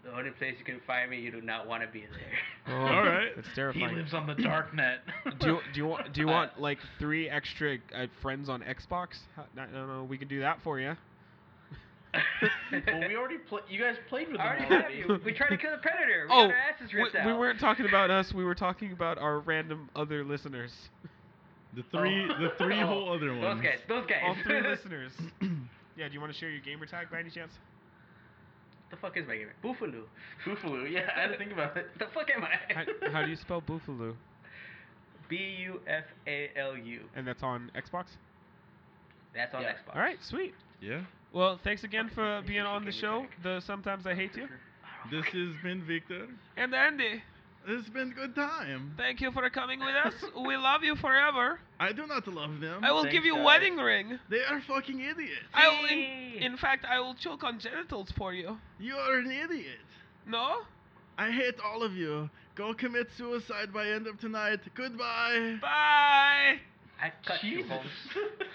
Speaker 5: The only place you can find me, you do not want to be there.
Speaker 3: Oh,
Speaker 4: All right.
Speaker 3: that's
Speaker 2: He
Speaker 3: terrifying.
Speaker 2: lives on the dark net.
Speaker 3: do you, do you want do you
Speaker 5: Uh,
Speaker 3: want like three extra uh, friends on Xbox? How- No, no, no. We can do that for you.
Speaker 2: well, we already played. You guys played with
Speaker 5: I
Speaker 2: them
Speaker 5: already have
Speaker 2: already.
Speaker 5: you. We tried to kill the predator. We
Speaker 3: oh,
Speaker 5: got our asses
Speaker 3: we,
Speaker 5: ripped out.
Speaker 3: we weren't talking about us. We were talking about our random other listeners.
Speaker 4: The three
Speaker 2: Oh.
Speaker 4: the three
Speaker 2: Oh,
Speaker 4: whole other
Speaker 5: Those
Speaker 4: ones.
Speaker 5: guys. Those guys.
Speaker 3: All three listeners. Yeah. Do you want to share your gamer tag by any chance?
Speaker 5: the fuck is my game? Buffalo.
Speaker 2: Boofaloo. Yeah, I had to think about it.
Speaker 5: The fuck am
Speaker 3: How,
Speaker 5: I?
Speaker 3: how do you spell Boofaloo?
Speaker 5: B U F A L U.
Speaker 3: And that's on Xbox.
Speaker 5: That's on
Speaker 2: Yeah.
Speaker 5: Xbox.
Speaker 3: All right. Sweet.
Speaker 4: Yeah.
Speaker 3: Well, thanks again
Speaker 5: Fucking
Speaker 3: for
Speaker 5: fucking
Speaker 3: being
Speaker 5: gamer
Speaker 3: on the show.
Speaker 5: tag.
Speaker 3: The sometimes I hate you.
Speaker 4: This has been Victor.
Speaker 3: And Andy,
Speaker 4: It's been a good time.
Speaker 3: thank you for coming with us. We love you forever.
Speaker 4: I do not love
Speaker 5: Um,
Speaker 4: them.
Speaker 3: I will
Speaker 2: Thanks,
Speaker 3: give you a
Speaker 2: guys.
Speaker 3: wedding ring.
Speaker 4: They are fucking idiots.
Speaker 3: I will. In,
Speaker 5: Hey.
Speaker 3: in fact, I will choke on genitals for you.
Speaker 4: You are an idiot.
Speaker 3: No?
Speaker 4: I hate all of you. Go commit suicide by end of tonight. Goodbye.
Speaker 3: Bye.
Speaker 5: I cut you,
Speaker 2: Jesus.
Speaker 5: Holmes.